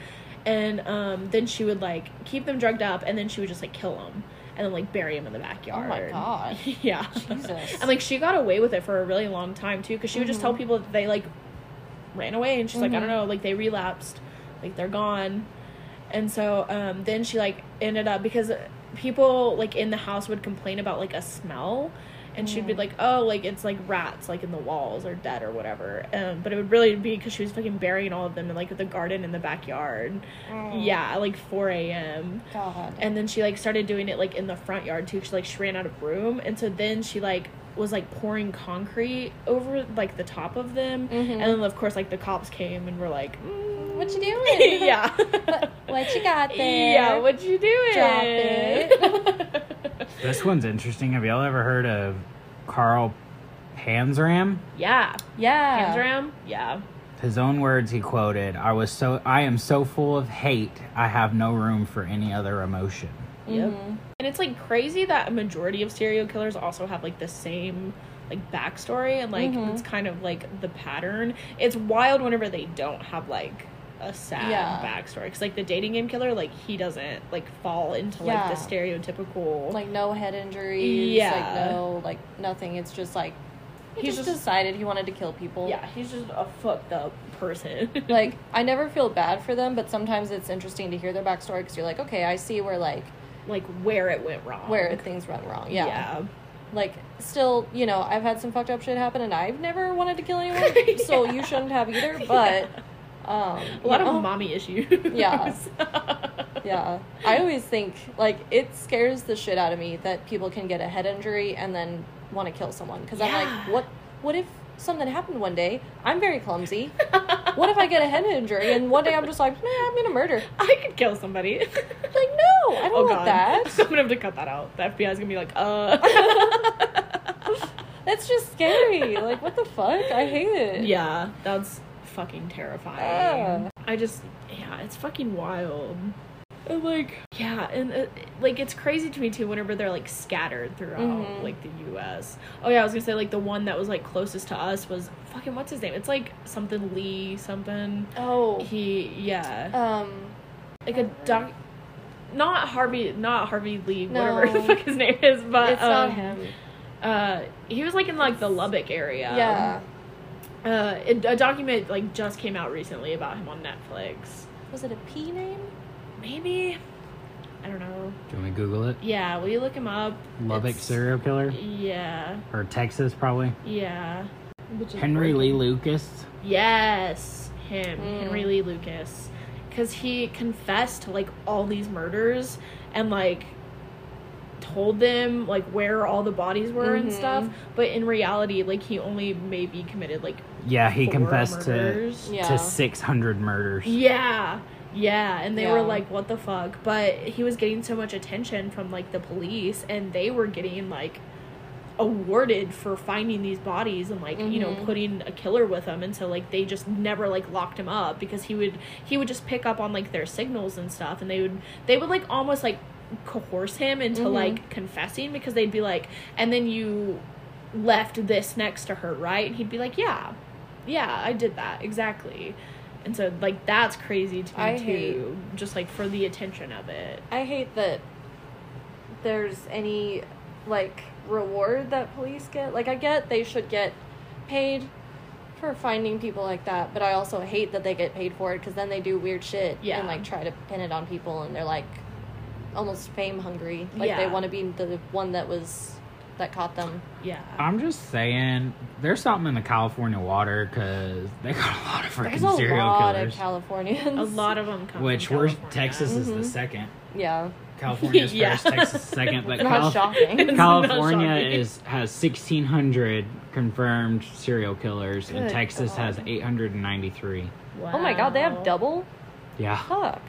[SPEAKER 1] And um, then she would like keep them drugged up, and then she would just like kill them and then like bury them in the
[SPEAKER 3] Oh
[SPEAKER 1] backyard.
[SPEAKER 3] my god.
[SPEAKER 1] yeah.
[SPEAKER 3] Jesus.
[SPEAKER 1] And like she got away with it for a really long time too, because she would just
[SPEAKER 3] Mhm.
[SPEAKER 1] tell people that they like ran away, and she's like, I
[SPEAKER 3] Mhm.
[SPEAKER 1] don't know, like they relapsed, like they're gone, and so um, then she like ended up because people like in the house would complain about like a smell, and she'd be
[SPEAKER 3] Mm.
[SPEAKER 1] like, oh, like it's like rats like in the walls or dead or whatever, um, but it would really be because she was fucking burying all of them in like the garden in the backyard,
[SPEAKER 3] Mm.
[SPEAKER 1] yeah, at, like four a.m.
[SPEAKER 3] God.
[SPEAKER 1] And then she like started doing it like in the front yard too. She like she ran out of room, and so then she like was like pouring concrete over like the top of them,
[SPEAKER 3] Mhm.
[SPEAKER 1] and then of course like the cops came and were like, mm,
[SPEAKER 3] What you doing?
[SPEAKER 1] yeah,
[SPEAKER 3] What- what you got there?
[SPEAKER 1] Yeah, what you doing?
[SPEAKER 3] Drop it.
[SPEAKER 2] This one's interesting. Have y'all ever heard of Carl Panzram?
[SPEAKER 1] yeah,
[SPEAKER 3] Yeah.
[SPEAKER 1] Panzram. Yeah,
[SPEAKER 2] His own words he quoted, I was so I am so full of hate, I have no room for any other emotion.
[SPEAKER 1] Yep.
[SPEAKER 3] Mhm.
[SPEAKER 1] and it's like crazy that a majority of serial killers also have like the same like backstory and like
[SPEAKER 3] Mhm.
[SPEAKER 1] it's kind of like the pattern it's wild whenever they don't have like a sad
[SPEAKER 3] Yeah.
[SPEAKER 1] backstory because like the dating game killer like he doesn't like fall into like
[SPEAKER 3] Yeah.
[SPEAKER 1] the stereotypical
[SPEAKER 3] Like no head injuries.
[SPEAKER 1] Yeah.
[SPEAKER 3] Like no, like nothing. It's just like he
[SPEAKER 1] He's
[SPEAKER 3] just,
[SPEAKER 1] just-
[SPEAKER 3] decided he wanted to kill people.
[SPEAKER 1] yeah he's just a fucked up person
[SPEAKER 3] Like I never feel bad for them, but sometimes it's interesting to hear their backstory because you're like, okay, I see where like
[SPEAKER 1] like where it went wrong
[SPEAKER 3] where things went wrong. Yeah.
[SPEAKER 1] yeah
[SPEAKER 3] Like still, you know, I've had some fucked up shit happen, and I've never wanted to kill anyone, so
[SPEAKER 1] Yeah.
[SPEAKER 3] you shouldn't have either. But um,
[SPEAKER 1] a lot
[SPEAKER 3] you know?
[SPEAKER 1] of mommy issues
[SPEAKER 3] Yeah.
[SPEAKER 1] yeah
[SPEAKER 3] Yeah. I always think, like, it scares the shit out of me that people can get a head injury and then want to kill someone. Because I'm like,
[SPEAKER 1] Yeah.
[SPEAKER 3] what, what if something happened one day? I'm very clumsy. what if I get a head injury and one day I'm just like, nah, I'm going to murder?
[SPEAKER 1] I could kill somebody. like,
[SPEAKER 3] no, I don't want that.
[SPEAKER 1] Oh, I'm gonna have to cut that out. The FBI's gonna be like, uh.
[SPEAKER 3] That's just scary. like, what the fuck? I hate it. Ah.
[SPEAKER 1] yeah, that's fucking terrifying.
[SPEAKER 3] Ugh.
[SPEAKER 1] I just, yeah, it's fucking wild. And like, yeah, and uh, like it's crazy to me too. Whenever they're like scattered throughout
[SPEAKER 3] Mhm.
[SPEAKER 1] like the U.S. Oh yeah, I was gonna say like the one that was like closest to us was fucking what's his name? It's like something Lee something.
[SPEAKER 3] Oh.
[SPEAKER 1] He yeah.
[SPEAKER 3] Um.
[SPEAKER 1] like a doc not Harvey not Harvey Lee,
[SPEAKER 3] No.
[SPEAKER 1] whatever the fuck his name is, but
[SPEAKER 3] it's not
[SPEAKER 1] um,
[SPEAKER 3] him.
[SPEAKER 1] uh he was like in like the Lubbock area.
[SPEAKER 3] Yeah.
[SPEAKER 1] Uh it, a document like just came out recently about him on Netflix.
[SPEAKER 3] Was it a P name?
[SPEAKER 1] Maybe. I don't know.
[SPEAKER 2] Do you want to Google it?
[SPEAKER 1] Yeah, will you look him up?
[SPEAKER 2] Lubbock
[SPEAKER 1] It's-
[SPEAKER 2] serial killer?
[SPEAKER 1] Yeah,
[SPEAKER 2] Or Texas, probably.
[SPEAKER 1] yeah. Which is
[SPEAKER 2] Henry
[SPEAKER 1] great.
[SPEAKER 2] Lee Lucas.
[SPEAKER 1] Yes, him, Henry
[SPEAKER 3] Mm.
[SPEAKER 1] Lee Lucas, because he confessed to like all these murders and like told them like where all the bodies were and stuff.
[SPEAKER 3] Mhm.
[SPEAKER 1] But in reality, like he only maybe committed like
[SPEAKER 2] Yeah, he
[SPEAKER 1] four
[SPEAKER 2] confessed to,
[SPEAKER 1] murders.
[SPEAKER 3] Yeah.
[SPEAKER 2] to 600 murders.
[SPEAKER 1] Yeah. Yeah, and they were
[SPEAKER 3] Yeah.
[SPEAKER 1] like, "What the fuck?" But he was getting so much attention from like the police, and they were getting like awarded for finding these bodies and like you know
[SPEAKER 3] Mhm.
[SPEAKER 1] putting a killer with them, and so like they just never like locked him up because he would he would just pick up on like their signals and stuff, and they would they would like almost like coerce him into
[SPEAKER 3] Mhm.
[SPEAKER 1] like confessing because they'd be like, and then you left this next to her, right? And he'd be like, yeah, yeah, I did that exactly. And so like that's crazy to me
[SPEAKER 3] I
[SPEAKER 1] too, just like for the attention of it.
[SPEAKER 3] I hate that there's any like reward that police get. Like I get they should get paid for finding people like that, but I also hate that they get paid for it because then they do weird shit
[SPEAKER 1] Yeah.
[SPEAKER 3] and like try to pin it on people and they're like almost fame hungry. Like they
[SPEAKER 1] Yeah.
[SPEAKER 3] want to be the one that was that caught them.
[SPEAKER 1] Yeah.
[SPEAKER 2] I'm just saying, there's something in the California water because they got a lot of
[SPEAKER 3] There's
[SPEAKER 2] freaking
[SPEAKER 3] a
[SPEAKER 2] serial
[SPEAKER 3] lot
[SPEAKER 2] killers.
[SPEAKER 3] of Californians.
[SPEAKER 1] a lot of them come
[SPEAKER 2] which
[SPEAKER 1] from
[SPEAKER 2] we're
[SPEAKER 1] California.
[SPEAKER 2] Texas is the
[SPEAKER 3] Mhm.
[SPEAKER 2] second.
[SPEAKER 3] yeah.
[SPEAKER 2] California's
[SPEAKER 1] Yeah.
[SPEAKER 2] first, Texas is second, but
[SPEAKER 3] It's
[SPEAKER 2] Calif-
[SPEAKER 3] not shocking.
[SPEAKER 1] It's not
[SPEAKER 2] California
[SPEAKER 1] shocking.
[SPEAKER 2] is has 1600 confirmed serial killers and
[SPEAKER 3] Good
[SPEAKER 2] Texas has
[SPEAKER 3] God.
[SPEAKER 2] 893.
[SPEAKER 3] Oh my god, they have
[SPEAKER 1] Wow.
[SPEAKER 3] double?
[SPEAKER 2] Yeah.
[SPEAKER 3] Fuck.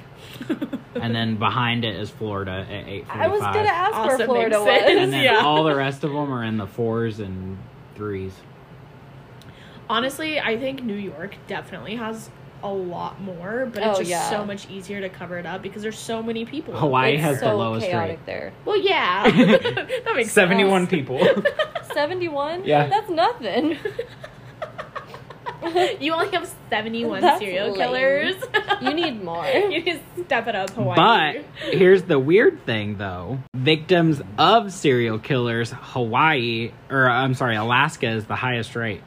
[SPEAKER 2] And then behind it is Florida at 845.
[SPEAKER 3] I was gonna ask
[SPEAKER 1] Also
[SPEAKER 3] where
[SPEAKER 1] makes
[SPEAKER 3] Florida
[SPEAKER 2] and
[SPEAKER 1] sense.
[SPEAKER 3] was.
[SPEAKER 2] then
[SPEAKER 1] Yeah.
[SPEAKER 2] all the rest of them are in the 4s and 3s.
[SPEAKER 1] Honestly, I think New York definitely has a lot more, but
[SPEAKER 3] Oh,
[SPEAKER 1] it's just
[SPEAKER 3] yeah.
[SPEAKER 1] so much easier to cover it up because there's so many people.
[SPEAKER 2] Hawaii
[SPEAKER 3] It's
[SPEAKER 2] has the
[SPEAKER 3] so
[SPEAKER 2] lowest
[SPEAKER 3] chaotic there.
[SPEAKER 1] Well, yeah, that
[SPEAKER 2] rate.
[SPEAKER 1] makes
[SPEAKER 2] 71
[SPEAKER 1] sense.
[SPEAKER 2] people.
[SPEAKER 3] 71?
[SPEAKER 2] Yeah.
[SPEAKER 3] That's nothing.
[SPEAKER 1] you only have seventy-one
[SPEAKER 3] That's
[SPEAKER 1] serial
[SPEAKER 3] lame.
[SPEAKER 1] killers.
[SPEAKER 3] You need more.
[SPEAKER 1] you need to step it up, Hawaii.
[SPEAKER 2] But here's the weird thing though. Victims of serial killers, Hawaii or I'm sorry, Alaska is the highest rate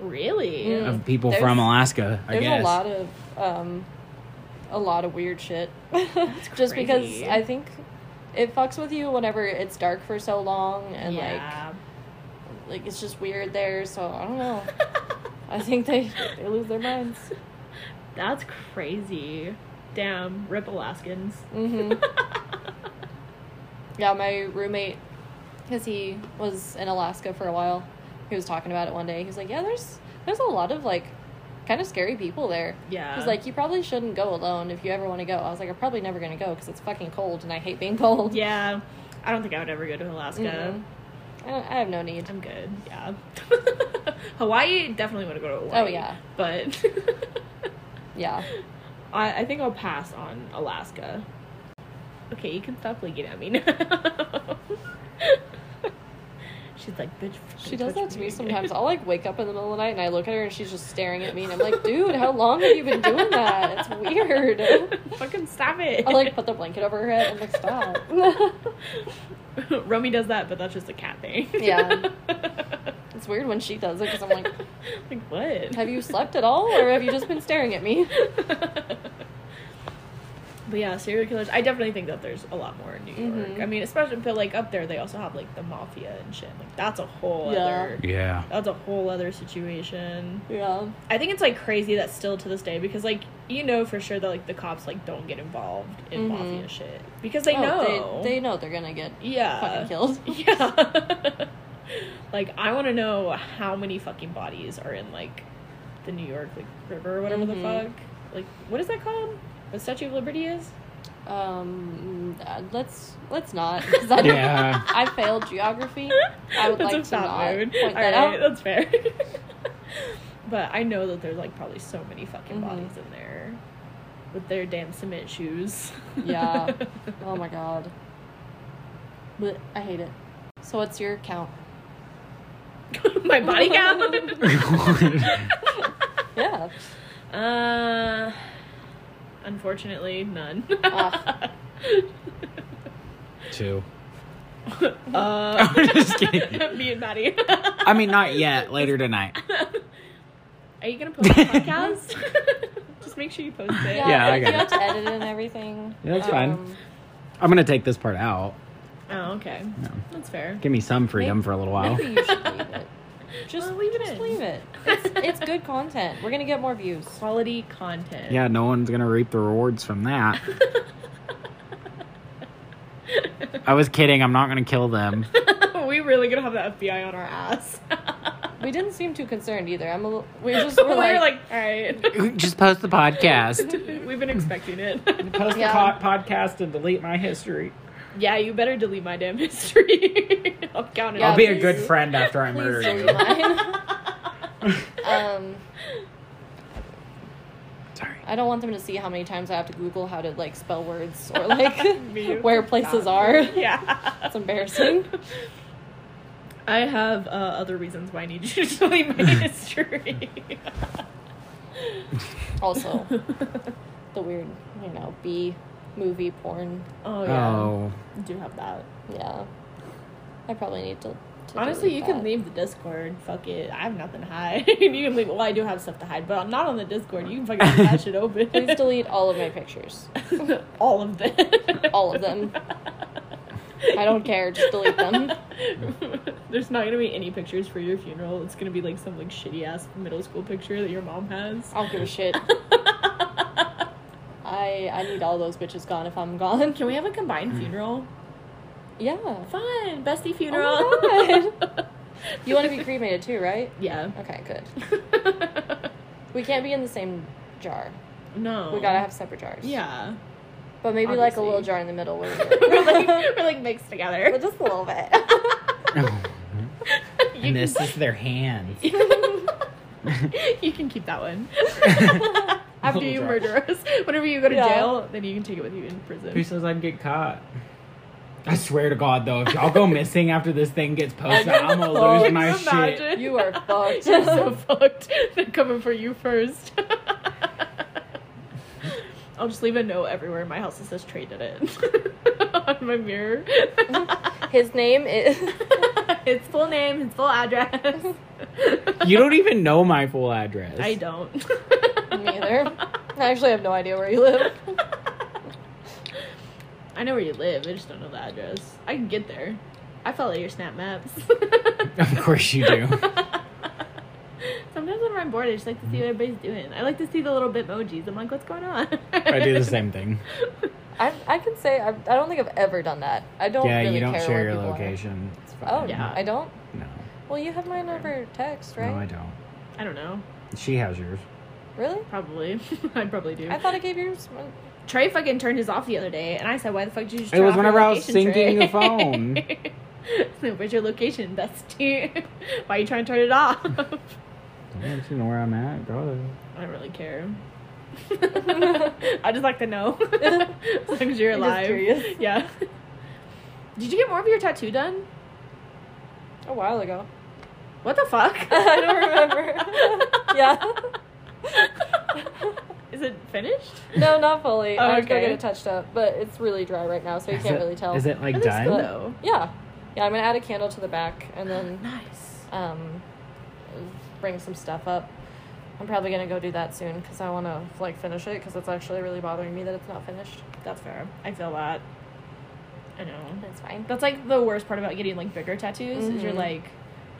[SPEAKER 1] really,
[SPEAKER 3] Mm.
[SPEAKER 2] of people
[SPEAKER 3] There's-
[SPEAKER 2] from Alaska, I
[SPEAKER 3] There's
[SPEAKER 2] guess.
[SPEAKER 3] a lot of um a lot of weird shit. Just because
[SPEAKER 1] crazy.
[SPEAKER 3] I think it fucks with you whenever it's dark for so long and
[SPEAKER 1] yeah.
[SPEAKER 3] like like it's just weird there, so I don't know. I think they, they lose their minds.
[SPEAKER 1] That's crazy. Damn, rip Alaskans.
[SPEAKER 3] hmm yeah, my roommate, because he was in Alaska for a while, he was talking about it one day. He was like, "Yeah, there's there's a lot of like kind of scary people there."
[SPEAKER 1] Yeah.
[SPEAKER 3] He's like, "You probably shouldn't go alone if you ever want to go." I was like, "I'm probably never gonna go because it's fucking cold and I hate being cold."
[SPEAKER 1] yeah, I don't think I would ever go to Alaska.
[SPEAKER 3] Mm-mm. I, don't- I have no need.
[SPEAKER 1] I'm good. Yeah. Hawaii definitely want to go to Hawaii.
[SPEAKER 3] Oh, yeah.
[SPEAKER 1] But
[SPEAKER 3] Yeah,
[SPEAKER 1] I, I think I'll pass on Alaska. Okay, you can stop looking at me now. She's like, bitch.
[SPEAKER 3] she
[SPEAKER 1] bitch,
[SPEAKER 3] does
[SPEAKER 1] bitch,
[SPEAKER 3] that to me
[SPEAKER 1] bitch."
[SPEAKER 3] sometimes. I'll like wake up in the middle of the night and I look at her and she's just staring at me and I'm like, "Dude, how long have you been doing that? It's weird."
[SPEAKER 1] Fucking stop it.
[SPEAKER 3] I like put the blanket over her head and like stop.
[SPEAKER 1] Romy does that, but that's just a cat thing.
[SPEAKER 3] Yeah. it's weird when she does it because I'm like,
[SPEAKER 1] like what?
[SPEAKER 3] Have you slept at all, or have you just been staring at me?
[SPEAKER 1] but yeah, serial killers. I definitely think that there's a lot more in New York.
[SPEAKER 3] Mhm.
[SPEAKER 1] I mean, especially but like up there, they also have like the mafia and shit. Like that's a whole
[SPEAKER 3] Yeah.
[SPEAKER 1] other.
[SPEAKER 2] Yeah.
[SPEAKER 1] That's a whole other situation.
[SPEAKER 3] Yeah.
[SPEAKER 1] I think it's like crazy that still to this day because like you know for sure that like the cops like don't get involved in
[SPEAKER 3] Mhm.
[SPEAKER 1] mafia shit because they know
[SPEAKER 3] Oh, They, they know they're gonna get
[SPEAKER 1] yeah
[SPEAKER 3] fucking killed.
[SPEAKER 1] Yeah. like I want to know how many fucking bodies are in like the New York like river or whatever
[SPEAKER 3] Mhm.
[SPEAKER 1] the fuck. Like what is that called? The Statue of Liberty is?
[SPEAKER 3] Um, uh, let's let's not. 'cause I, don't-
[SPEAKER 2] Yeah.
[SPEAKER 3] I failed geography. I would
[SPEAKER 1] That's
[SPEAKER 3] like
[SPEAKER 1] a
[SPEAKER 3] to
[SPEAKER 1] fat
[SPEAKER 3] not
[SPEAKER 1] mood.
[SPEAKER 3] point that
[SPEAKER 1] Alright,
[SPEAKER 3] out.
[SPEAKER 1] that's fair. but I know that there's like probably so many fucking
[SPEAKER 3] Mhm.
[SPEAKER 1] bodies in there with their damn cement shoes.
[SPEAKER 3] Yeah. Oh my god. But I hate it. So what's your count?
[SPEAKER 1] my body count.
[SPEAKER 3] Yeah.
[SPEAKER 1] Uh, unfortunately, none.
[SPEAKER 3] Ah.
[SPEAKER 2] Two.
[SPEAKER 1] uh,
[SPEAKER 2] I'm just kidding.
[SPEAKER 1] me and Maddie.
[SPEAKER 2] I mean, not yet. Later tonight.
[SPEAKER 1] Are you gonna post a podcast? Just make sure you post it.
[SPEAKER 2] Yeah, I
[SPEAKER 3] you
[SPEAKER 2] got
[SPEAKER 3] have to edit it and everything. Um,
[SPEAKER 2] Yeah, that's fine. I'm gonna take this part out.
[SPEAKER 1] Oh, okay. That's fair.
[SPEAKER 2] Give me some freedom for a little while.
[SPEAKER 3] Maybe you should leave it. Just
[SPEAKER 1] Well, leave it
[SPEAKER 3] Just
[SPEAKER 1] in.
[SPEAKER 3] leave it. It's, it's good content. We're gonna get more views.
[SPEAKER 1] Quality content.
[SPEAKER 2] Yeah, no one's gonna reap the rewards from that. I was kidding. I'm not gonna kill them.
[SPEAKER 1] we really gonna have the FBI on our ass.
[SPEAKER 3] We didn't seem too concerned either. I'm a little. We just
[SPEAKER 1] we're,
[SPEAKER 3] were like,
[SPEAKER 1] like, all right.
[SPEAKER 2] Just post the podcast.
[SPEAKER 1] We've been expecting it.
[SPEAKER 2] Post
[SPEAKER 3] Yeah.
[SPEAKER 2] po- podcast and delete my history.
[SPEAKER 1] yeah, you better delete my damn history. I'm counting.
[SPEAKER 3] Yeah,
[SPEAKER 2] I'll be a
[SPEAKER 3] please-
[SPEAKER 2] good friend after I
[SPEAKER 3] please
[SPEAKER 2] murder
[SPEAKER 3] delete
[SPEAKER 2] you.
[SPEAKER 3] mine. um,
[SPEAKER 2] Sorry.
[SPEAKER 3] I don't want them to see how many times I have to Google how to like spell words or like
[SPEAKER 1] Me.
[SPEAKER 3] where places are.
[SPEAKER 1] Yeah.
[SPEAKER 3] That's embarrassing.
[SPEAKER 1] I have uh, other reasons why I need you to delete my history.
[SPEAKER 3] Also, the weird, you know, B movie porn.
[SPEAKER 1] oh yeah,
[SPEAKER 2] Oh,
[SPEAKER 1] I do have that.
[SPEAKER 3] Yeah, I probably need to. to
[SPEAKER 1] Honestly, you
[SPEAKER 3] delete
[SPEAKER 1] can
[SPEAKER 3] that.
[SPEAKER 1] leave the Discord. Fuck it. I have nothing to hide. you can leave. Well, I do have stuff to hide, but I'm not on the Discord. You can fucking leave that shit open.
[SPEAKER 3] Please delete all of my pictures.
[SPEAKER 1] all of them.
[SPEAKER 3] All of them. I don't care. Just delete them.
[SPEAKER 1] There's not gonna be any pictures for your funeral. It's gonna be like some like shitty ass middle school picture that your mom has.
[SPEAKER 3] I don't give a shit. I I need all those bitches gone if I'm gone.
[SPEAKER 1] Can we have a combined funeral?
[SPEAKER 3] Yeah.
[SPEAKER 1] Fun, bestie funeral.
[SPEAKER 3] Oh my God. You want to be cremated too, right?
[SPEAKER 1] Yeah.
[SPEAKER 3] Okay, good. We can't be in the same jar.
[SPEAKER 1] no.
[SPEAKER 3] We gotta have separate jars.
[SPEAKER 1] Yeah.
[SPEAKER 3] But maybe like a little
[SPEAKER 1] Obviously.
[SPEAKER 3] jar in the middle where
[SPEAKER 1] we're like
[SPEAKER 3] we're
[SPEAKER 1] we're like mixed together.
[SPEAKER 3] But just a little bit.
[SPEAKER 1] You
[SPEAKER 2] Oh. and this is their hands.
[SPEAKER 1] you can keep that one.
[SPEAKER 2] Little
[SPEAKER 1] After you
[SPEAKER 2] jar.
[SPEAKER 1] murder us, whenever you go to
[SPEAKER 3] Yeah.
[SPEAKER 1] jail, then you can take it with you in prison.
[SPEAKER 2] Who says I'd get caught? I swear to God, though, if y'all go missing after this thing gets posted, I'm gonna lose
[SPEAKER 1] Can
[SPEAKER 2] my
[SPEAKER 1] you
[SPEAKER 2] shit.
[SPEAKER 1] imagine?
[SPEAKER 3] You are fucked.
[SPEAKER 1] You're so fucked. They're coming for you first. I'll just leave a note everywhere in my house that says Trey did it on my mirror.
[SPEAKER 3] His name is.
[SPEAKER 1] his full name, his full address.
[SPEAKER 2] You don't even know my full address.
[SPEAKER 1] I don't.
[SPEAKER 3] Neither. I actually have no idea where you live.
[SPEAKER 1] I know where you live. I just don't know the address. I can get there. I follow your snap maps.
[SPEAKER 2] Of course you do.
[SPEAKER 1] Sometimes when I'm bored, I just like to see what everybody's doing. I like to see the little bitmojis. I'm like, what's going on?
[SPEAKER 2] I do the same thing.
[SPEAKER 3] I, I can say I, I don't think I've ever done that. I don't.
[SPEAKER 2] yeah,
[SPEAKER 3] really
[SPEAKER 2] you don't
[SPEAKER 3] care
[SPEAKER 2] share
[SPEAKER 3] where
[SPEAKER 2] your
[SPEAKER 3] people are.
[SPEAKER 2] location. It's fine.
[SPEAKER 3] Oh
[SPEAKER 1] Yeah.
[SPEAKER 3] I don't.
[SPEAKER 2] No.
[SPEAKER 3] Well, you have mine over text, right?
[SPEAKER 2] No, I don't.
[SPEAKER 1] I don't know.
[SPEAKER 2] She has yours.
[SPEAKER 3] Really?
[SPEAKER 1] Probably. I probably do.
[SPEAKER 3] I thought I gave yours.
[SPEAKER 1] Trey fucking turned his off the other day, and I said, "Why the fuck did you?" Just
[SPEAKER 2] It
[SPEAKER 1] turn
[SPEAKER 2] was
[SPEAKER 1] off your
[SPEAKER 2] whenever I was
[SPEAKER 1] location,
[SPEAKER 2] syncing the
[SPEAKER 1] Trey?"
[SPEAKER 2] phone.
[SPEAKER 1] So, Where's your location, bestie? Why you trying to turn it off?
[SPEAKER 2] I don't know where I'm at. God.
[SPEAKER 1] I don't really care. I just like to know as long as you're
[SPEAKER 3] just
[SPEAKER 1] alive.
[SPEAKER 3] curious.
[SPEAKER 1] Yeah. Did you get more of your tattoo done?
[SPEAKER 3] A while ago.
[SPEAKER 1] What the fuck?
[SPEAKER 3] I don't remember. yeah.
[SPEAKER 1] Is it finished?
[SPEAKER 3] No, not fully.
[SPEAKER 1] Oh,
[SPEAKER 3] I'm still
[SPEAKER 1] okay.
[SPEAKER 3] gonna touch up, but it's really dry right now, so you
[SPEAKER 2] Is
[SPEAKER 3] can't
[SPEAKER 2] it-
[SPEAKER 3] really tell.
[SPEAKER 2] Is it like
[SPEAKER 1] I think so,
[SPEAKER 2] done?
[SPEAKER 1] though.
[SPEAKER 3] Yeah. Yeah, I'm gonna add a candle to the back and then
[SPEAKER 1] Nice.
[SPEAKER 3] um, bring some stuff up. I'm probably gonna go do that soon because I want to like finish it because it's actually really bothering me that it's not finished.
[SPEAKER 1] That's fair. I feel that. I know.
[SPEAKER 3] That's fine.
[SPEAKER 1] That's like the worst part about getting like bigger tattoos is you're
[SPEAKER 3] Mhm.
[SPEAKER 1] like,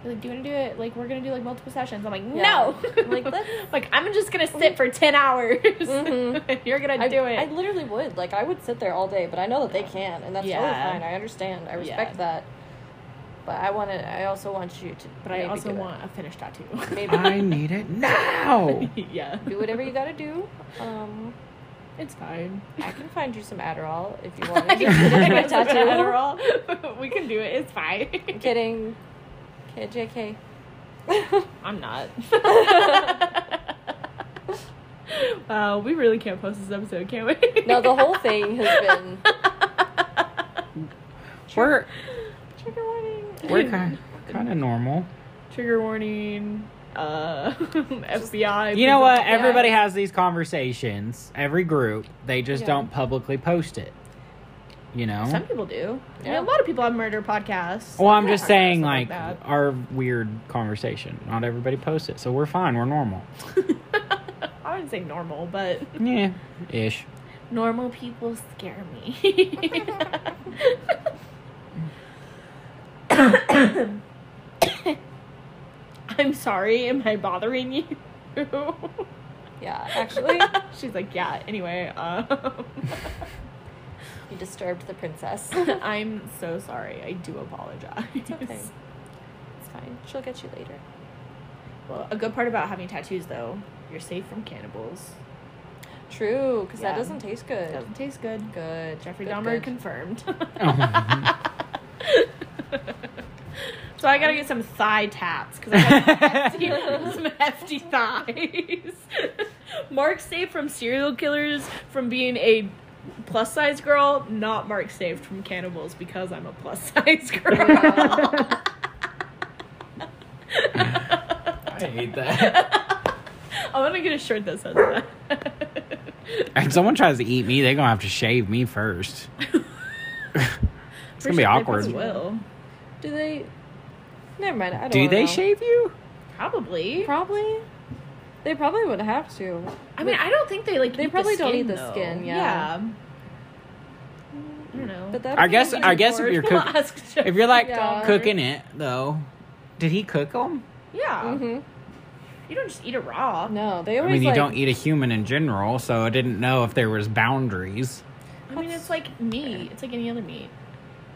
[SPEAKER 1] you're like, do you want to do it? Like we're gonna do like multiple sessions. I'm like,
[SPEAKER 3] Yeah.
[SPEAKER 1] no.
[SPEAKER 3] I'm like, let's-
[SPEAKER 1] like I'm just gonna sit for ten hours.
[SPEAKER 3] Mhm.
[SPEAKER 1] you're gonna
[SPEAKER 3] I
[SPEAKER 1] do
[SPEAKER 3] I
[SPEAKER 1] it.
[SPEAKER 3] literally would. Like, I would sit there all day, but I know that they can, and that's
[SPEAKER 1] Yeah.
[SPEAKER 3] totally fine. I understand. I respect
[SPEAKER 1] Yeah.
[SPEAKER 3] that. But I want to. I also want you to.
[SPEAKER 1] but I
[SPEAKER 3] maybe
[SPEAKER 1] also
[SPEAKER 3] do it.
[SPEAKER 1] want a finished tattoo.
[SPEAKER 3] Maybe
[SPEAKER 2] I need it now.
[SPEAKER 1] yeah,
[SPEAKER 3] do whatever you gotta do. Um,
[SPEAKER 1] it's fine.
[SPEAKER 3] I can find you some Adderall if you want.
[SPEAKER 1] I can
[SPEAKER 2] do
[SPEAKER 1] get
[SPEAKER 2] my
[SPEAKER 1] my tattoo.
[SPEAKER 3] tattoo.
[SPEAKER 1] Adderall. we can do it. It's fine.
[SPEAKER 3] Kidding. Okay, JK.
[SPEAKER 1] I'm not. Wow, we really can't post this episode, can we?
[SPEAKER 3] no, the whole thing has been
[SPEAKER 2] we're
[SPEAKER 3] trigger warning.
[SPEAKER 2] we're kind kind of normal.
[SPEAKER 1] trigger warning uh fbi
[SPEAKER 2] You know what?
[SPEAKER 1] please
[SPEAKER 2] Everybody has these conversations. Every group, they just
[SPEAKER 3] Yeah.
[SPEAKER 2] don't publicly post it. You
[SPEAKER 1] don't- some
[SPEAKER 2] know.
[SPEAKER 1] people do I mean,
[SPEAKER 3] Yeah.
[SPEAKER 1] a lot of people have murder podcasts
[SPEAKER 2] Well, I'm just
[SPEAKER 1] Podcasts
[SPEAKER 2] saying,
[SPEAKER 1] stuff
[SPEAKER 2] like
[SPEAKER 1] that.
[SPEAKER 2] our weird conversation. Not everybody posts it, so we're fine. We're normal.
[SPEAKER 1] i wouldn't say normal, but
[SPEAKER 2] Yeah, ish.
[SPEAKER 1] normal people scare me. I'm sorry, am I bothering you?
[SPEAKER 3] Yeah, actually,
[SPEAKER 1] She's like, yeah, anyway, um,
[SPEAKER 3] you disturbed the princess.
[SPEAKER 1] I'm so sorry. I do apologize.
[SPEAKER 3] It's okay. It's fine. She'll get you later.
[SPEAKER 1] Well, a good part about having tattoos, though, you're safe from cannibals.
[SPEAKER 3] True, because
[SPEAKER 1] Yeah.
[SPEAKER 3] that doesn't taste good.
[SPEAKER 1] Doesn't taste good.
[SPEAKER 3] Good.
[SPEAKER 1] Jeffrey
[SPEAKER 3] good,
[SPEAKER 1] Dahmer
[SPEAKER 3] good.
[SPEAKER 1] confirmed.
[SPEAKER 2] Oh.
[SPEAKER 1] so I gotta get some thigh tats because I have hefty, some hefty thighs. Mark saved from serial killers from being a plus size girl, not Mark saved from cannibals because I'm a plus size girl.
[SPEAKER 2] I hate that.
[SPEAKER 1] I'm gonna get a shirt that says that.
[SPEAKER 2] If someone tries to eat me, they're gonna have to shave me first. it's gonna be awkward.
[SPEAKER 1] They probably will.
[SPEAKER 3] Do they? Never mind. I don't
[SPEAKER 2] Do
[SPEAKER 3] wanna
[SPEAKER 2] they
[SPEAKER 3] know.
[SPEAKER 2] shave you?
[SPEAKER 1] Probably.
[SPEAKER 3] Probably. They probably would have to.
[SPEAKER 1] I mean, I don't think they like.
[SPEAKER 3] They
[SPEAKER 1] eat the
[SPEAKER 3] probably don't
[SPEAKER 1] skin,
[SPEAKER 3] eat the
[SPEAKER 1] though.
[SPEAKER 3] skin, yeah.
[SPEAKER 1] I don't know.
[SPEAKER 3] But that.
[SPEAKER 2] I guess. I guess if you're
[SPEAKER 1] We'll
[SPEAKER 2] cooking,
[SPEAKER 1] ask Jeff.
[SPEAKER 2] if you're like
[SPEAKER 3] Yeah.
[SPEAKER 2] cooking it though, did he cook them?
[SPEAKER 1] yeah,
[SPEAKER 3] hmm
[SPEAKER 1] you don't just eat it raw.
[SPEAKER 3] No, they
[SPEAKER 2] I
[SPEAKER 3] always.
[SPEAKER 2] mean, you
[SPEAKER 3] like,
[SPEAKER 2] don't eat a human in general, so I didn't know if there was boundaries.
[SPEAKER 1] I mean, it's like meat. It's like any other meat.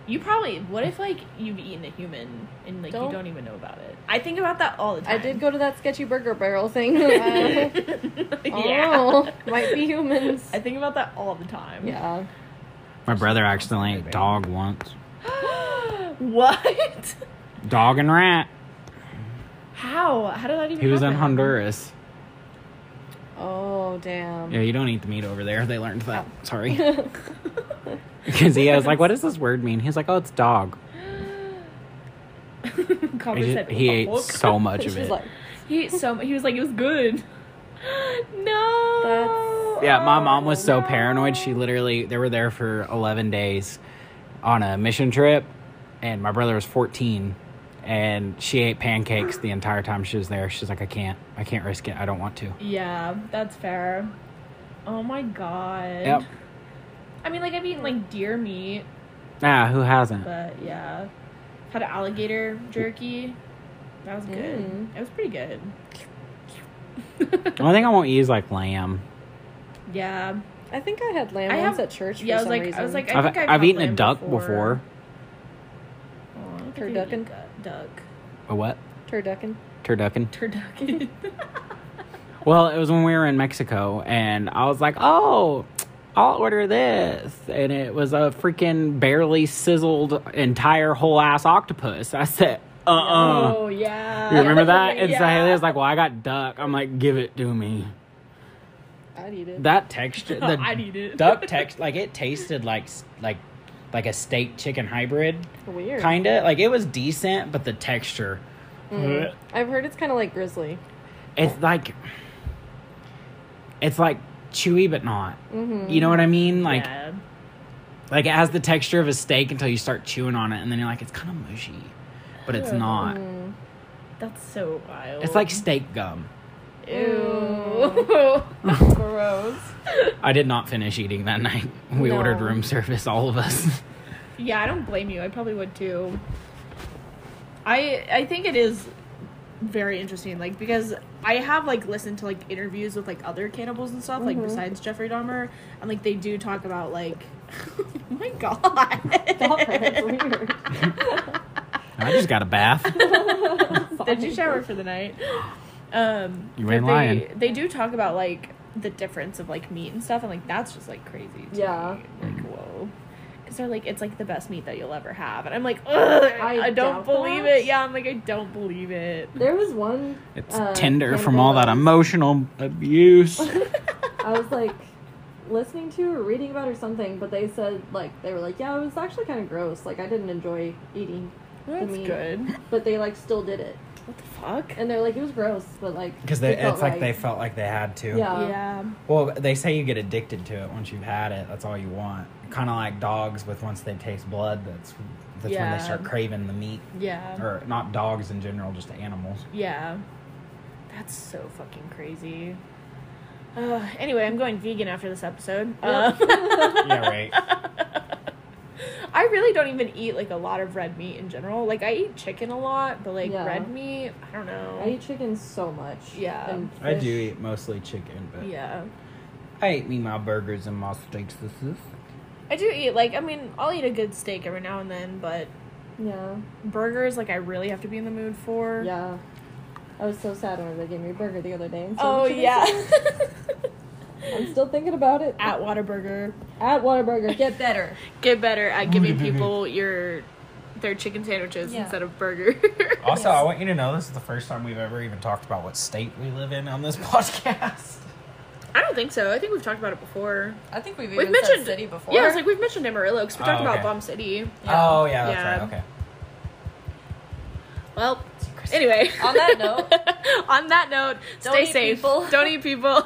[SPEAKER 1] You probably. What if like you've eaten a human and like
[SPEAKER 3] Don't-
[SPEAKER 1] you don't even know about it? I think about that all the
[SPEAKER 3] I
[SPEAKER 1] time.
[SPEAKER 3] did go to that sketchy burger barrel thing. Uh,
[SPEAKER 1] yeah.
[SPEAKER 3] Oh, might be humans.
[SPEAKER 1] I think about that all the time.
[SPEAKER 3] yeah.
[SPEAKER 2] My brother accidentally ate dog once.
[SPEAKER 1] what?
[SPEAKER 2] Dog and rat.
[SPEAKER 1] How? How did that even?
[SPEAKER 2] He was in
[SPEAKER 1] happen?
[SPEAKER 2] Honduras.
[SPEAKER 3] Oh damn.
[SPEAKER 2] Yeah, you don't eat the meat over there. They learned
[SPEAKER 1] Oh.
[SPEAKER 2] that. Sorry. Because he was like, "What does this word mean?" He's like, "Oh, it's dog."
[SPEAKER 1] Copper
[SPEAKER 2] He, ju-
[SPEAKER 1] said,
[SPEAKER 2] he
[SPEAKER 1] "What the
[SPEAKER 2] ate
[SPEAKER 1] fuck?"
[SPEAKER 2] so much
[SPEAKER 3] She's
[SPEAKER 2] of it.
[SPEAKER 3] like,
[SPEAKER 1] He ate so much. He was like, it was good. no.
[SPEAKER 3] That's-
[SPEAKER 2] Yeah, my mom was so
[SPEAKER 1] "Oh, No.
[SPEAKER 2] paranoid. She literally they were there for 11 days on a mission trip and my brother was 14 and she ate pancakes the entire time she was there. She's like I can't. I can't risk it. I don't want to.
[SPEAKER 1] Yeah, that's fair. Oh my god.
[SPEAKER 2] Yep.
[SPEAKER 1] I mean, like I've eaten like deer meat,
[SPEAKER 2] Ah, who hasn't?
[SPEAKER 1] but yeah, had alligator jerky. That was good.
[SPEAKER 3] Mm.
[SPEAKER 1] It was pretty good.
[SPEAKER 2] The only thing I won't eat is like lamb.
[SPEAKER 1] Yeah.
[SPEAKER 3] I think I had lamb
[SPEAKER 1] I
[SPEAKER 3] once
[SPEAKER 1] have-
[SPEAKER 3] at church. For
[SPEAKER 1] yeah, I was
[SPEAKER 3] some
[SPEAKER 1] like,
[SPEAKER 3] reason.
[SPEAKER 1] I was like, I
[SPEAKER 2] I've
[SPEAKER 1] think I've,
[SPEAKER 2] I've,
[SPEAKER 1] had
[SPEAKER 2] eaten a
[SPEAKER 1] lamb
[SPEAKER 2] duck before.
[SPEAKER 1] Oh, I don't
[SPEAKER 3] Turducken?
[SPEAKER 1] think I've eaten du- duck.
[SPEAKER 2] A what?
[SPEAKER 3] turducken.
[SPEAKER 2] Turducken.
[SPEAKER 1] Turducken.
[SPEAKER 2] Well, it was when we were in Mexico, and I was like, "Oh, I'll order this," and it was a freaking barely sizzled entire whole ass octopus. I said, "Uh uh
[SPEAKER 1] Oh yeah.
[SPEAKER 2] You remember that? And so
[SPEAKER 1] Yeah.
[SPEAKER 2] Haley was like, "Well, I got duck." I'm like, "Give it to me."
[SPEAKER 3] I'd eat it.
[SPEAKER 2] That texture, the
[SPEAKER 1] I'd eat it.
[SPEAKER 2] duck text, like it tasted like s- like like a steak chicken hybrid,
[SPEAKER 3] Weird.
[SPEAKER 2] kind of like it was decent, but the texture,
[SPEAKER 3] Mm. I've heard it's kind of like grizzly.
[SPEAKER 2] it's like it's like chewy but not.
[SPEAKER 3] Mm-hmm.
[SPEAKER 2] You know what I mean? Like
[SPEAKER 1] Yeah.
[SPEAKER 2] Like it has the texture of a steak until you start chewing on it, and then you're like, it's kind of mushy, but it's not.
[SPEAKER 3] Mm.
[SPEAKER 1] That's so wild.
[SPEAKER 2] It's like steak gum.
[SPEAKER 1] ew. Gross.
[SPEAKER 2] I did not finish eating that night. We
[SPEAKER 3] No.
[SPEAKER 2] ordered room service, all of us.
[SPEAKER 1] Yeah, I don't blame you. I probably would too. I I think it is very interesting, like because I have like listened to like interviews with like other cannibals and stuff,
[SPEAKER 2] Mm-hmm.
[SPEAKER 1] like besides Jeffrey Dahmer, and like they do talk about like, oh my
[SPEAKER 3] Stop it,
[SPEAKER 1] god,
[SPEAKER 3] That's weird.
[SPEAKER 2] I just got a bath.
[SPEAKER 1] did you shower for the night? Um,
[SPEAKER 2] You
[SPEAKER 1] but
[SPEAKER 2] ain't
[SPEAKER 1] they,
[SPEAKER 2] lying.
[SPEAKER 1] They do talk about like the difference of like meat and stuff, and like that's just like crazy. To
[SPEAKER 3] Yeah.
[SPEAKER 1] me.
[SPEAKER 2] Hmm.
[SPEAKER 1] Like whoa. Because they're like, it's like the best meat that you'll ever have, and I'm like, ugh, I, don't
[SPEAKER 3] doubt
[SPEAKER 1] believe
[SPEAKER 3] that.
[SPEAKER 1] it. Yeah, I'm like, I don't believe it.
[SPEAKER 3] There was one.
[SPEAKER 2] It's
[SPEAKER 3] uh,
[SPEAKER 2] tender
[SPEAKER 3] cannibal
[SPEAKER 2] from all that emotional abuse.
[SPEAKER 3] I was like listening to or reading about or something, but they said like they were like, yeah, it was actually kind of gross. Like I didn't enjoy eating,
[SPEAKER 1] That's
[SPEAKER 3] meat.
[SPEAKER 1] good.
[SPEAKER 3] but they like still did it,
[SPEAKER 1] What the fuck?
[SPEAKER 3] and they're like it was gross, but like it felt
[SPEAKER 2] felt like they had to.
[SPEAKER 3] Yeah.
[SPEAKER 1] yeah.
[SPEAKER 2] Well, they say you get addicted to it once you've had it. That's all you want. Kind of like dogs with once they taste blood. That's
[SPEAKER 1] when they Yeah. start
[SPEAKER 2] craving the meat,
[SPEAKER 1] Yeah.
[SPEAKER 2] or not dogs in general, just animals.
[SPEAKER 1] Yeah. That's so fucking crazy. Uh, anyway, I'm going vegan after this episode.
[SPEAKER 3] Yep.
[SPEAKER 1] Uh,
[SPEAKER 2] Yeah, right.
[SPEAKER 1] I really don't even eat like a lot of red meat in general. Like I eat chicken a lot, but like
[SPEAKER 3] Yeah.
[SPEAKER 1] red meat, I don't know.
[SPEAKER 3] I eat chicken so much.
[SPEAKER 1] Yeah.
[SPEAKER 3] And
[SPEAKER 2] I do
[SPEAKER 3] fish.
[SPEAKER 2] eat mostly chicken, but
[SPEAKER 1] yeah,
[SPEAKER 2] I eat me my burgers and my steaks. This is
[SPEAKER 1] I do eat like I mean I'll eat a good steak every now and then, but
[SPEAKER 3] Yeah.
[SPEAKER 1] burgers like I really have to be in the mood for.
[SPEAKER 3] Yeah. I was so sad when they gave me a burger the other day. And
[SPEAKER 1] Oh yeah.
[SPEAKER 3] I'm still thinking about it.
[SPEAKER 1] At Whataburger,
[SPEAKER 3] At Whataburger, get better.
[SPEAKER 1] get better at
[SPEAKER 2] Mm-hmm.
[SPEAKER 1] giving people your their chicken sandwiches
[SPEAKER 3] Yeah.
[SPEAKER 1] instead of burger.
[SPEAKER 2] Also, I want you to know this is the first time we've ever even talked about what state we live in on this podcast.
[SPEAKER 1] I don't think so. I think we've talked about it before.
[SPEAKER 3] I think we've,
[SPEAKER 1] We've mentioned Yeah, it's like we've mentioned Amarillo because we
[SPEAKER 2] Oh,
[SPEAKER 1] talked
[SPEAKER 2] okay.
[SPEAKER 1] about Bomb City.
[SPEAKER 2] Oh yeah, that's
[SPEAKER 1] Yeah.
[SPEAKER 2] right. Okay.
[SPEAKER 1] Well, anyway.
[SPEAKER 3] On that note.
[SPEAKER 1] on that note,
[SPEAKER 3] Don't
[SPEAKER 1] stay
[SPEAKER 3] eat
[SPEAKER 1] safe.
[SPEAKER 3] people.
[SPEAKER 1] Don't eat people.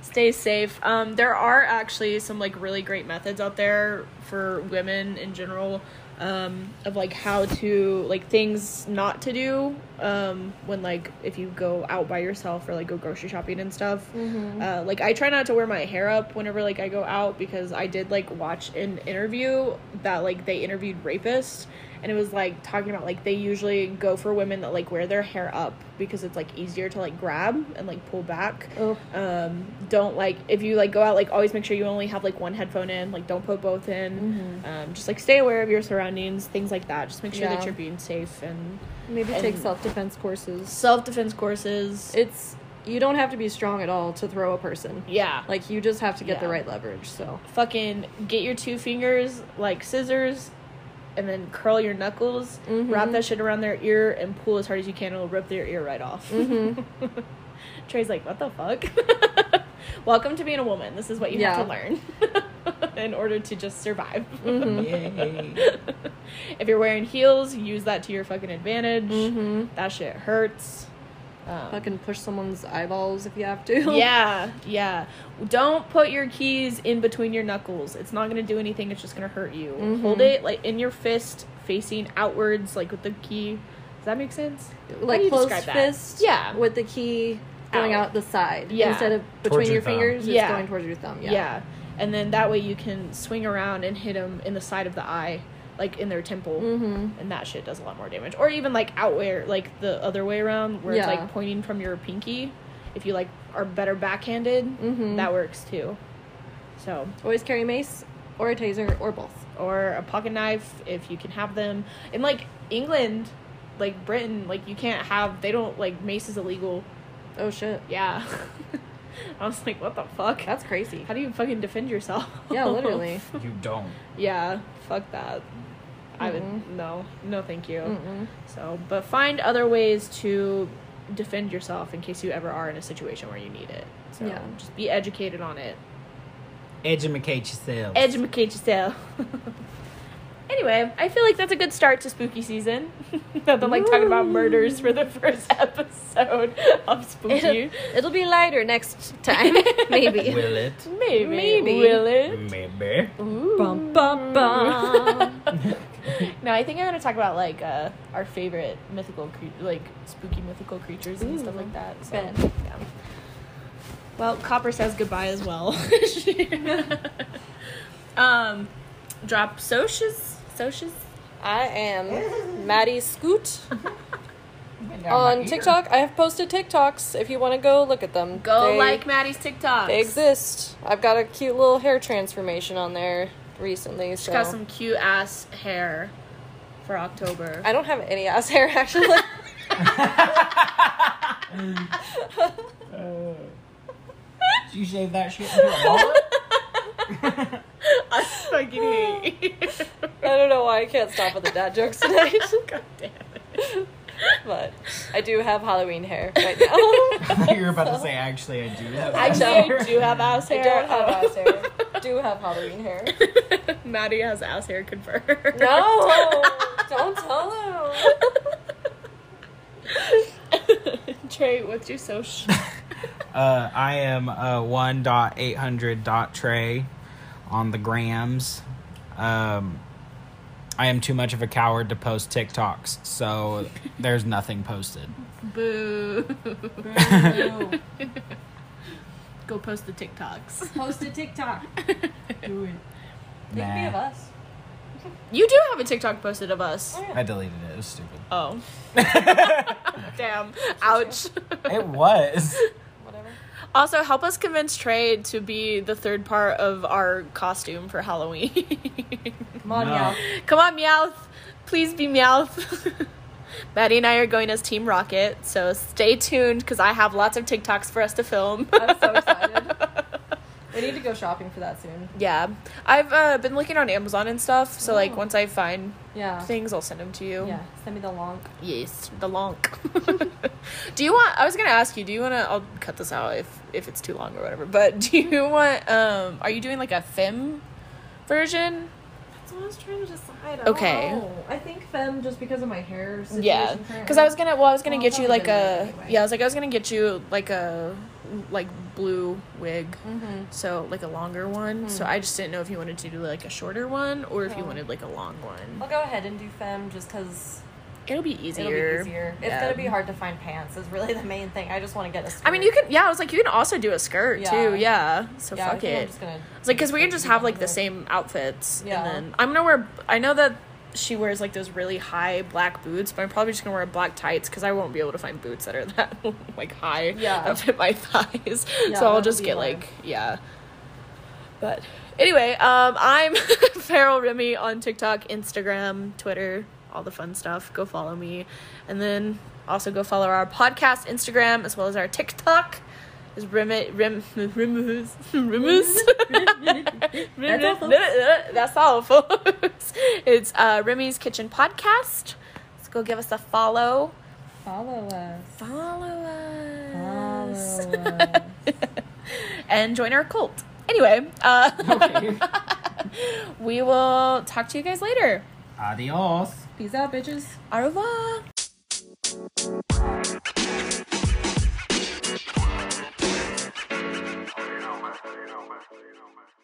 [SPEAKER 1] stay safe. Um, there are actually some like really great methods out there for women in general. Um, of like how to like things not to do um, when like if you go out by yourself or like go grocery shopping and stuff uh, like i try not to wear my hair up whenever like i go out because i did like watch an interview that like they interviewed rapists and it was like talking about like they usually go for women that like wear their hair up because it's like easier to like grab and like pull back
[SPEAKER 3] Oh,
[SPEAKER 1] um don't like if you like go out like always make sure you only have like one headphone in like don't put both in um just like stay aware of your surroundings things like that just make sure
[SPEAKER 3] Yeah.
[SPEAKER 1] that you're being safe and
[SPEAKER 3] maybe
[SPEAKER 1] And-
[SPEAKER 3] take self defense courses.
[SPEAKER 1] self-defense courses
[SPEAKER 3] It's you don't have to be strong at all to throw a person.
[SPEAKER 1] yeah
[SPEAKER 3] Like you just have to get the
[SPEAKER 1] Yeah.
[SPEAKER 3] right leverage. So
[SPEAKER 1] fucking get your two fingers like scissors and then curl your knuckles wrap that shit around their ear and pull as hard as you can it'll rip their ear right off Mm-hmm. trey's like what the fuck welcome to being a woman this is what you have to learn in order to just survive
[SPEAKER 3] Mm-hmm.
[SPEAKER 1] Mm-hmm.
[SPEAKER 2] Yay.
[SPEAKER 1] if you're wearing heels use that to your fucking advantage that shit hurts um,
[SPEAKER 3] Mm-hmm. fucking push someone's eyeballs if you have to.
[SPEAKER 1] yeah, yeah. Don't put your keys in between your knuckles. It's not gonna do anything. It's just gonna hurt you. Hold it like in your fist, facing outwards, like with the key. Does that make sense? How do
[SPEAKER 3] Like
[SPEAKER 1] you
[SPEAKER 3] closed
[SPEAKER 1] describe that?
[SPEAKER 3] fist.
[SPEAKER 1] Yeah.
[SPEAKER 3] With the key going
[SPEAKER 1] Out.
[SPEAKER 3] out, the side.
[SPEAKER 1] Yeah.
[SPEAKER 3] Instead of between
[SPEAKER 2] your
[SPEAKER 3] your,
[SPEAKER 2] thumb.
[SPEAKER 3] fingers,
[SPEAKER 1] Yeah.
[SPEAKER 3] it's going towards your thumb.
[SPEAKER 1] Yeah. And then that way you can swing around and hit them in the side of the eye, like in their temple,
[SPEAKER 3] Mm-hmm.
[SPEAKER 1] and that shit does a lot more damage. Or even like out where like the other way around, where it's
[SPEAKER 3] Yeah.
[SPEAKER 1] like pointing from your pinky. If you like are better backhanded,
[SPEAKER 3] Mhm.
[SPEAKER 1] that works too. So
[SPEAKER 3] Always carry a mace or a taser or both.
[SPEAKER 1] or a pocket knife if you can have them. In like England, like Britain, like you can't have they don't like mace is illegal.
[SPEAKER 3] Oh shit.
[SPEAKER 1] Yeah. I was like, what the fuck?
[SPEAKER 3] That's crazy.
[SPEAKER 1] How do you fucking defend yourself?
[SPEAKER 3] Yeah, literally.
[SPEAKER 2] You don't.
[SPEAKER 1] yeah, fuck that. I
[SPEAKER 3] Mhm.
[SPEAKER 1] would no, no thank you.
[SPEAKER 3] Mm-mm.
[SPEAKER 1] So, but find other ways to defend yourself in case you ever are in a situation where you need it. So,
[SPEAKER 3] Yeah.
[SPEAKER 1] just be educated on it.
[SPEAKER 2] Educate yourself.
[SPEAKER 1] educate yourself. anyway, I feel like that's a good start to spooky season. I've been like talking about murders for the first episode of spooky.
[SPEAKER 3] It'll, it'll be lighter next time, maybe.
[SPEAKER 2] Will it?
[SPEAKER 1] Maybe,
[SPEAKER 3] Maybe.
[SPEAKER 1] will it?
[SPEAKER 2] Maybe.
[SPEAKER 1] Ooh.
[SPEAKER 3] Bum, bum, bum.
[SPEAKER 1] no, I think I'm gonna talk about like uh, our favorite mythical, cre- like spooky mythical creatures and stuff
[SPEAKER 3] Ooh,
[SPEAKER 1] like that. So,
[SPEAKER 3] good.
[SPEAKER 1] yeah. Well, Copper says goodbye as well. um, drop socias, socias.
[SPEAKER 3] I am Maddie Scoot on TikTok. I have posted TikToks if you want to go look at them.
[SPEAKER 1] Go
[SPEAKER 3] They-
[SPEAKER 1] like Maddie's TikTok.
[SPEAKER 3] They exist. I've got a cute little hair transformation on there recently.
[SPEAKER 1] She
[SPEAKER 3] So
[SPEAKER 1] got some cute ass hair for October.
[SPEAKER 3] I don't have any ass hair actually.
[SPEAKER 2] Did you shave that shit into a mullet?
[SPEAKER 1] I fucking hate. you.
[SPEAKER 3] I don't know why I can't stop with the dad jokes tonight.
[SPEAKER 1] God damn it.
[SPEAKER 3] but I do have Halloween hair right now.
[SPEAKER 2] I thought you were about to say, actually, I do have that
[SPEAKER 1] Actually,
[SPEAKER 2] hair.
[SPEAKER 1] I do have ass
[SPEAKER 3] I
[SPEAKER 1] hair.
[SPEAKER 3] don't have ass hair. Do have Halloween hair.
[SPEAKER 1] hair. Maddie has ass hair confirmed.
[SPEAKER 3] No, don't tell him.
[SPEAKER 1] Trey, what's your social?
[SPEAKER 2] Uh, I am uh, 1.800.tray on the grams. Um, I am too much of a coward to post TikToks, so there's nothing posted.
[SPEAKER 1] Boo. Go post the TikToks.
[SPEAKER 3] Post a TikTok.
[SPEAKER 1] Do it.
[SPEAKER 3] Think
[SPEAKER 2] Nah.
[SPEAKER 3] of us.
[SPEAKER 1] You do have a TikTok posted of us.
[SPEAKER 2] I deleted it. It was stupid.
[SPEAKER 1] Oh. Damn. Ouch.
[SPEAKER 2] It was.
[SPEAKER 3] Whatever.
[SPEAKER 1] Also, help us convince Trey to be the third part of our costume for Halloween.
[SPEAKER 3] Come on,
[SPEAKER 5] No.
[SPEAKER 3] y'all.
[SPEAKER 1] Come on, Meowth. Please be Meowth. Maddie and I are going as Team Rocket, so stay tuned because I have lots of TikToks for us to film.
[SPEAKER 3] I'm so excited. we need to go shopping for that soon.
[SPEAKER 1] yeah. I've uh, been looking on Amazon and stuff, so like
[SPEAKER 3] Oh.
[SPEAKER 1] once I find
[SPEAKER 3] Yeah.
[SPEAKER 1] things, I'll send them to you.
[SPEAKER 3] Yeah. Send me the long.
[SPEAKER 1] Yes, the lonk. do you want? I was gonna ask you. Do you want to? I'll cut this out if if it's too long or whatever. But do you want? Um, are you doing like a fem version?
[SPEAKER 3] That's what I was trying to decide. I
[SPEAKER 1] Okay.
[SPEAKER 3] I think femme just because of my hair. Situation
[SPEAKER 1] Yeah, because I was gonna. Well, I was gonna
[SPEAKER 3] Well,
[SPEAKER 1] get you
[SPEAKER 3] probably
[SPEAKER 1] like
[SPEAKER 3] gonna
[SPEAKER 1] a.
[SPEAKER 3] do it anyway.
[SPEAKER 1] Yeah, I was like I was gonna get you like a like blue wig.
[SPEAKER 3] Mm-hmm.
[SPEAKER 1] So like a longer one. So
[SPEAKER 3] Mhm.
[SPEAKER 1] I just didn't know if you wanted to do like a shorter one or if you
[SPEAKER 3] Oh.
[SPEAKER 1] wanted like a long one.
[SPEAKER 3] I'll go ahead and do femme just because
[SPEAKER 1] It'll be
[SPEAKER 3] it'll
[SPEAKER 1] easier.
[SPEAKER 3] be easier. It's
[SPEAKER 1] Yeah.
[SPEAKER 3] gonna be hard to find pants. Is really the main thing. I just want to get a. Skirt.
[SPEAKER 1] I mean, you can. Yeah, I was like, you can also do a skirt
[SPEAKER 3] Yeah.
[SPEAKER 1] too. Yeah. So
[SPEAKER 3] Yeah, I
[SPEAKER 1] fuck
[SPEAKER 3] think I'm
[SPEAKER 1] it.
[SPEAKER 3] just gonna.
[SPEAKER 1] It's like because we can just have like the
[SPEAKER 3] Yeah.
[SPEAKER 1] same outfits,
[SPEAKER 3] Yeah.
[SPEAKER 1] and then I'm gonna wear. I know that she wears like those really high black boots, but I'm probably just gonna wear black tights because I won't be able to find boots that are that like high
[SPEAKER 3] Yeah.
[SPEAKER 1] that fit my thighs.
[SPEAKER 3] Yeah,
[SPEAKER 1] so I'll
[SPEAKER 3] that'd
[SPEAKER 1] just
[SPEAKER 3] be
[SPEAKER 1] get
[SPEAKER 3] hard.
[SPEAKER 1] like yeah. But anyway, um, I'm Farrell Remy on TikTok, Instagram, Twitter, all the fun stuff. Go follow me, and then also go follow our podcast Instagram as well as our TikTok. Is Rim Rim Rimus Rimus that's
[SPEAKER 3] That's all, folks.
[SPEAKER 1] all, folks. It's uh, Remy's Kitchen Podcast. Let's go give us a follow.
[SPEAKER 3] Follow us.
[SPEAKER 1] Follow
[SPEAKER 3] Follow
[SPEAKER 1] us.
[SPEAKER 3] us.
[SPEAKER 1] and join our cult. Anyway, uh,
[SPEAKER 5] Okay.
[SPEAKER 1] we will talk to you guys later.
[SPEAKER 5] Adios.
[SPEAKER 3] Peace out, bitches.
[SPEAKER 1] Au revoir.
[SPEAKER 6] You know, man. You know, man. You know, man.